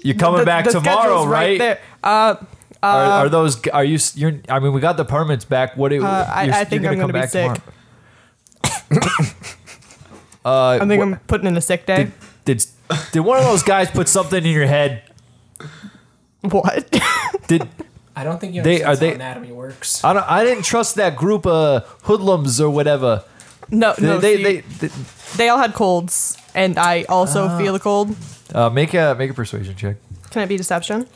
S5: you're coming
S3: The-
S5: back
S3: the
S5: tomorrow,
S3: schedule's
S5: right?
S3: there. Uh,
S5: are,
S3: Uh,
S5: are those? Are you? s- You're. I mean, we got the permits back. What? Do,
S3: Uh, I-
S5: you're,
S3: I
S5: you're
S3: think I'm
S5: come
S3: gonna be
S5: back
S3: sick.
S5: tomorrow. (coughs) uh,
S3: I think
S5: wh-
S3: I'm putting in a sick day.
S5: did did one of those guys put something in your
S3: (laughs)
S5: head?
S3: What?
S5: Did
S7: (laughs) I don't think you
S5: They-
S7: understand
S5: are they-
S7: how anatomy works.
S5: I don't? I didn't trust that group of hoodlums or whatever.
S3: No,
S5: They-
S3: no.
S5: they-
S3: see,
S5: they-
S3: they all had colds, and I also
S5: Ah.
S3: feel the cold.
S5: Uh, make a make a persuasion check,
S3: Can it be deception?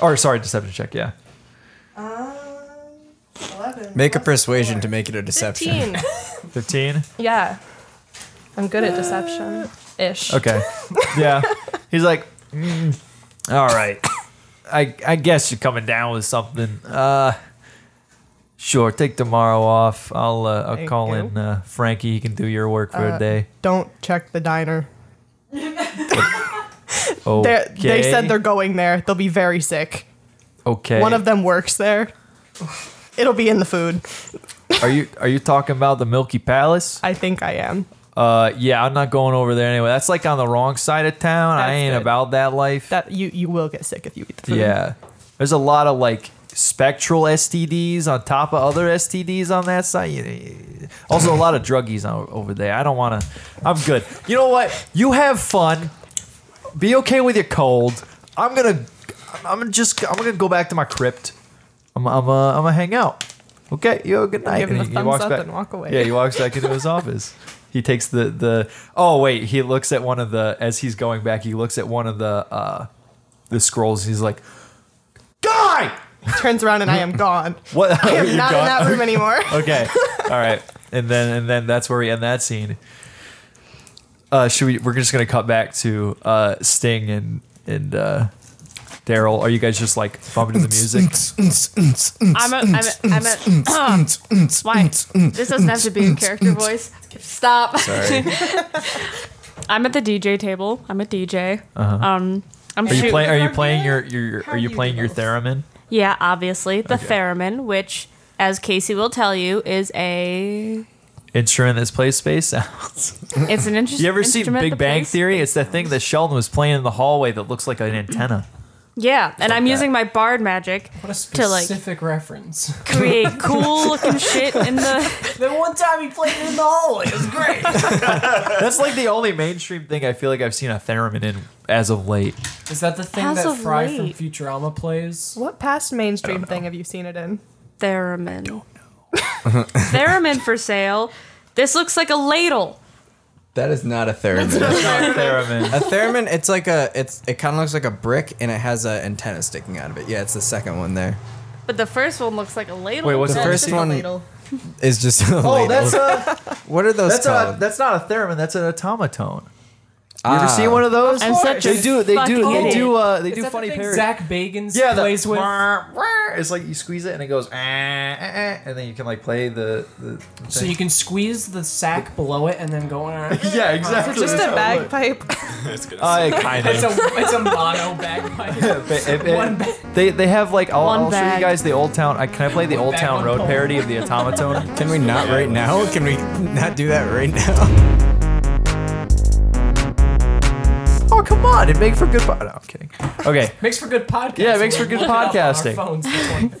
S5: or sorry, deception check. Yeah.
S6: Make a persuasion to make it a deception. (laughs)
S3: 15.
S5: (laughs) Fifteen.
S3: yeah. I'm good at deception ish.
S5: Okay.
S3: (laughs)
S5: Yeah. He's like, "Mm, all right. I I guess you're coming down with something. Uh, sure. Take tomorrow off. I'll uh, I'll
S3: Thank
S5: call
S3: you.
S5: in uh, Frankie. He can do your work for
S3: Uh,
S5: a day.
S3: Don't check the diner.
S5: Okay.
S3: They're- They said they're going there. They'll be very sick.
S5: okay.
S3: One of them works there. It'll be in the food.
S5: are you are you talking about the Milky Palace?
S3: I think I am.
S5: Uh, yeah. I'm not going over there anyway. That's like on the wrong side of town. I
S3: That's
S5: ain't
S3: good.
S5: about that life.
S3: That you you will get sick if you eat the food.
S5: Yeah. There's a lot of like spectral STDs on top of other STDs on that side. You- you- Also, a lot of druggies on, over there. I don't want to. I'm good. You know what? You have fun. Be okay with your cold. I'm gonna. I'm gonna just. I'm gonna go back to my crypt. I'm. I'm. Uh, I'm gonna hang out. Okay. You have a good night.
S3: Give him
S5: And
S3: a
S5: he- he
S3: thumbs
S5: walks
S3: up
S5: back-
S3: and walk away.
S5: Yeah. He walks back into
S3: (laughs)
S5: his office. He takes the the. Oh wait. He looks at one of the as he's going back. He looks at one of the uh, the scrolls. He's like, Die!
S3: Turns around and I am gone.
S5: (laughs) What?
S3: I am
S5: You're
S3: not in
S5: gone?
S3: that room
S5: (laughs)
S3: anymore. (laughs)
S5: okay. All right. And then and then that's where we end that scene. Uh, should we? We're just gonna cut back to uh, Sting and and uh, Daryl. Are you guys just like bumping to the
S11: (laughs)
S5: music?
S8: I'm a, I'm a, I'm a, (coughs) why? This doesn't have to be
S5: (laughs)
S8: a character voice. Stop.
S5: Sorry.
S8: (laughs) I'm at the DJ table. I'm a DJ.
S5: Uh-huh.
S8: Um, I'm
S5: are you
S8: shoot-
S5: playing? Are you playing your your? your are you playing your theremin?
S8: Yeah, obviously the
S5: Okay.
S8: theremin, which, as Casey will tell you, is a
S5: Instrument that's plays space sounds.
S8: It's
S5: (laughs)
S8: an interest-
S5: You ever see
S8: instrument
S5: Big
S8: that
S5: Bang
S8: plays
S5: Theory? It's that thing that Sheldon was playing in the hallway that looks like
S7: (laughs)
S5: an antenna.
S8: yeah, and I'm using my bard magic to like
S7: specific reference. (laughs)
S8: create cool looking shit in
S10: (laughs)
S8: the.
S7: Then one time he played it in the hallway. It was great.
S5: That's like the only mainstream thing I feel like I've seen a theremin in as of
S7: (laughs)
S5: late.
S7: Is that the thing
S3: As
S7: that
S3: of
S7: Fry
S3: late.
S7: from Futurama plays?
S3: What past mainstream thing have you seen it in?
S8: Theremin.
S5: (laughs)
S8: theremin for sale. This looks like a ladle.
S6: That is not a theremin.
S5: That's not a theremin.
S6: a theremin, it's like a, it's it kind of looks like a brick, and it has an antenna sticking out of it. Yeah, it's the second one there.
S8: But the first one looks like a ladle.
S6: Wait, what's the
S8: That's
S6: first
S8: just a
S6: one?
S8: ladle.
S6: It's just (laughs) a
S5: Oh,
S6: ladle.
S5: that's a.
S6: what are those
S5: that's
S6: called? Ah.
S5: a. That's not a theremin. That's an automatone. You ever seen one of those?
S7: Of I'm such
S5: they
S7: a
S5: do. They do.
S7: fucking
S5: They do. Uh, they
S7: idiot.
S5: do
S7: Is that the
S5: funny
S7: thing
S5: parodies.
S7: Zach Bagans
S5: yeah, the-
S7: plays with-
S5: (laughs) It's like you squeeze it and it goes, "Ah, ah, ah," and then you can like play the. the the
S7: So
S5: thing.
S7: you can squeeze the sack below it and then go on.
S5: (laughs) Yeah, exactly.
S3: Just
S5: (laughs)
S3: a bagpipe.
S5: Uh, kind of.
S7: (laughs)
S3: (laughs)
S7: It's a, it's a mono bagpipe.
S5: But (laughs) it-
S7: (laughs)
S5: it- they they have like I'll,
S7: One
S5: I'll show you
S7: bag.
S5: guys the old town. I can I play the old
S7: bag,
S5: town
S7: one
S5: road
S7: pole.
S5: parody of the automaton?
S6: (laughs) Can we not right now? Can we not do that right now? (laughs)
S5: Oh come on! It make for good. po- No, I'm kidding. Okay.
S7: (laughs) Makes for good podcasting.
S5: Yeah, it makes for good
S7: Look it up on our
S5: podcasting.
S7: phones
S8: (laughs)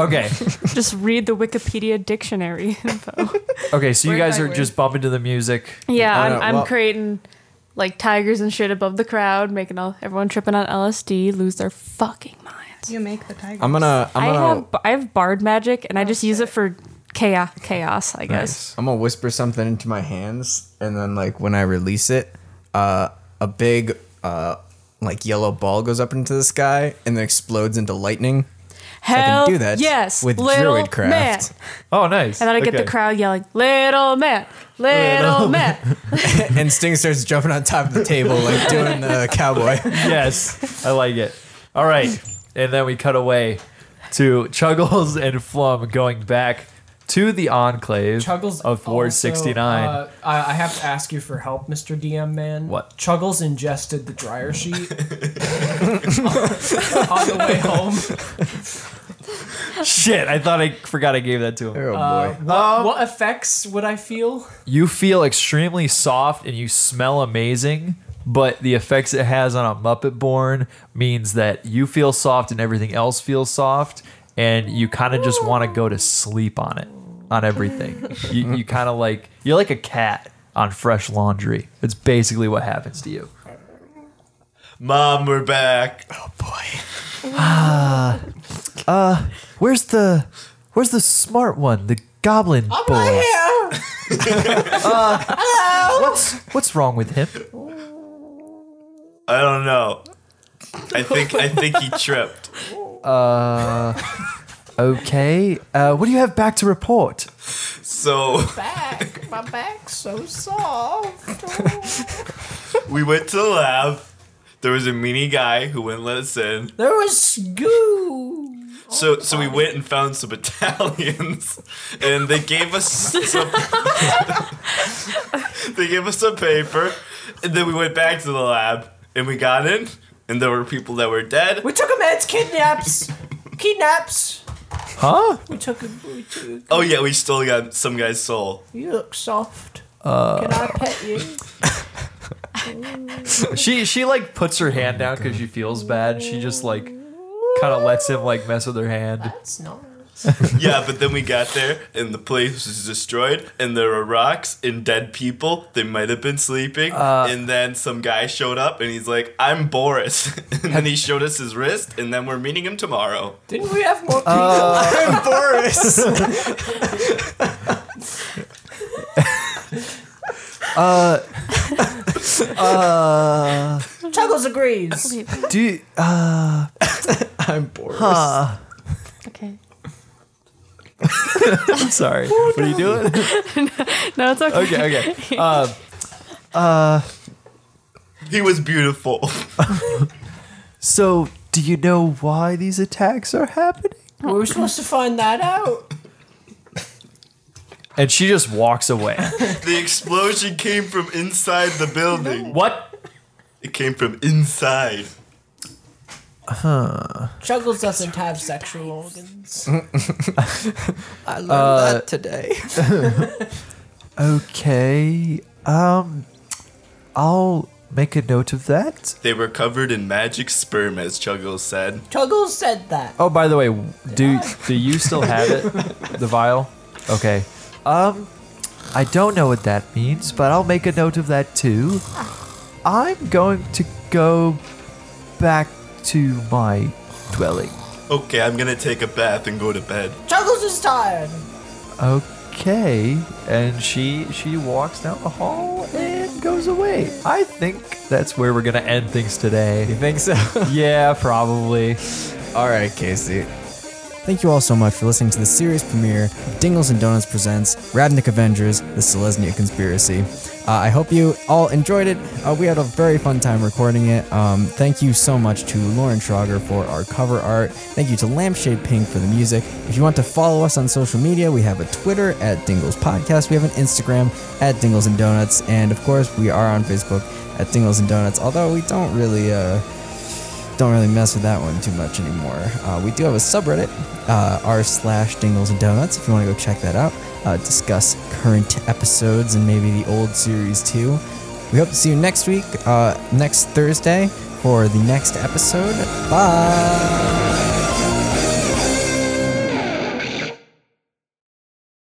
S5: (laughs) okay.
S8: Just read the Wikipedia dictionary
S6: (laughs)
S8: info.
S5: Okay. So you
S8: Word
S5: guys
S8: by
S5: are
S8: word.
S5: just bumping to the music.
S8: Yeah, I'm,
S5: Uh,
S8: I'm
S5: well-
S8: creating like tigers and shit above the crowd, making all everyone tripping on LSD, lose their fucking minds.
S3: You make the tiger.
S6: I'm gonna. I'm
S8: I
S6: gonna.
S8: have I have bard magic,
S5: Oh,
S8: and I just use it for chaos. Chaos, I guess.
S6: I'm gonna whisper something into my hands, and then like when I release it, uh, a big uh, like yellow ball goes up into the sky and then explodes into lightning. I
S8: Hell,
S6: can do that.
S8: yes,
S6: with
S8: little
S6: druidcraft.
S8: man.
S5: Oh, nice.
S8: And then I get the crowd yelling, "Little man, little,
S6: Little (laughs)
S8: man."
S6: and Sting starts jumping on top of the table like
S8: (laughs)
S6: doing the cowboy.
S5: yes, I like it. All right, and then we cut away to Chuggles and Flum going back to the enclave
S7: Chuggles
S5: of Ward
S7: also,
S5: 69.
S7: Uh, I, I have to ask you for help, Mr. DM man.
S5: What?
S7: Chuggles ingested the
S5: (laughs)
S7: dryer sheet (laughs) on the way home.
S5: Shit, I thought I forgot I gave that to
S6: Oh,
S5: him.
S7: Uh, what,
S5: Um,
S7: what effects would I feel?
S5: You feel extremely soft and you smell amazing, but the effects it has on a Muppet Born means that you feel soft and everything else feels soft, and you kind of just want to go to sleep on it, on everything. you you kind of like you're like a cat on fresh laundry. It's basically what happens to you.
S9: Mom, we're back.
S5: Ah, uh, where's the where's the smart one? The goblin boy. (laughs) Uh, What's what's wrong with him?
S9: I don't know. I think I think
S8: (laughs)
S9: he tripped.
S5: Uh, okay. Uh, what do you have back to report?
S9: So (laughs)
S10: back, my back's so soft.
S7: (laughs)
S9: we went to the lab. There was a meanie guy who wouldn't let us in.
S10: There was goo.
S9: So so we went and found some (laughs) battalions, and they gave us some. (laughs) they gave us some paper, and then we went back to the lab, and we got in, and there were people that were dead.
S7: We took a man's kidnaps. Kidnaps.
S5: Huh?
S7: We took a. We took,
S9: Oh yeah, we still got some guy's soul.
S7: You look soft.
S5: Uh,
S7: Can I pet you?
S5: she she like puts her hand down because she feels bad. She just like kind of lets him like mess with her hand.
S10: That's not.
S9: yeah, but then we got there and the place was destroyed, and there were rocks and dead people. They might have been sleeping. and then some guy showed up and he's like, I'm Boris. (laughs) and then he showed us his wrist, and then we're meeting him tomorrow.
S7: Didn't we have more people?
S9: Uh,
S7: (laughs) I'm Boris.
S5: (laughs) Uh, uh,
S7: Chuckles agrees.
S5: do you, uh,
S6: I'm bored.
S5: huh.
S8: Okay.
S5: (laughs) I'm sorry. what are you doing?
S8: (laughs) No, it's okay. (laughs)
S5: okay, okay. Uh, uh,
S9: he was beautiful.
S5: (laughs) so, do you know why these attacks are happening?
S7: we were supposed to find that out.
S5: And she just walks away.
S9: (laughs) the explosion came from inside the building.
S5: What?
S9: It came from inside.
S5: Huh.
S7: Chuckles doesn't have sexual organs.
S6: I learned
S5: Uh,
S6: that today.
S5: (laughs) (laughs) Okay. Um, I'll make a note of that.
S9: They were covered in magic sperm, as Chuggles said.
S7: Chuggles said that.
S5: Oh, by the way, do do you still have it, the vial? Okay. Um, I don't know what that means, but I'll make a note of that too. I'm going to go back to my dwelling.
S9: Okay, I'm gonna take a bath and go to bed.
S7: Chuggles is tired.
S5: Okay, and she she walks down the hall and goes away. I think that's where we're gonna end things today. You
S6: think so? (laughs)
S5: yeah, probably.
S6: All right, Casey. Thank you all so much for listening to the series premiere of Dingles and Donuts Presents Radnick Avengers The Selesnya Conspiracy. Uh, I hope you all enjoyed it. Uh, we had a very fun time recording it. Um, thank you so much to Lauren Schrager for our cover art. Thank you to Lampshade Pink for the music. If you want to follow us on social media, we have a Twitter at Dingles Podcast, we have an Instagram at Dingles and Donuts, and of course, we are on Facebook at Dingles and Donuts, although we don't really. Uh, don't really mess with that one too much anymore. Uh, we do have a subreddit, uh, r slash dingles and donuts, if you want to go check that out. Uh, discuss current episodes and maybe the old series too. We hope to see you next week, uh, next Thursday, for the next episode. Bye!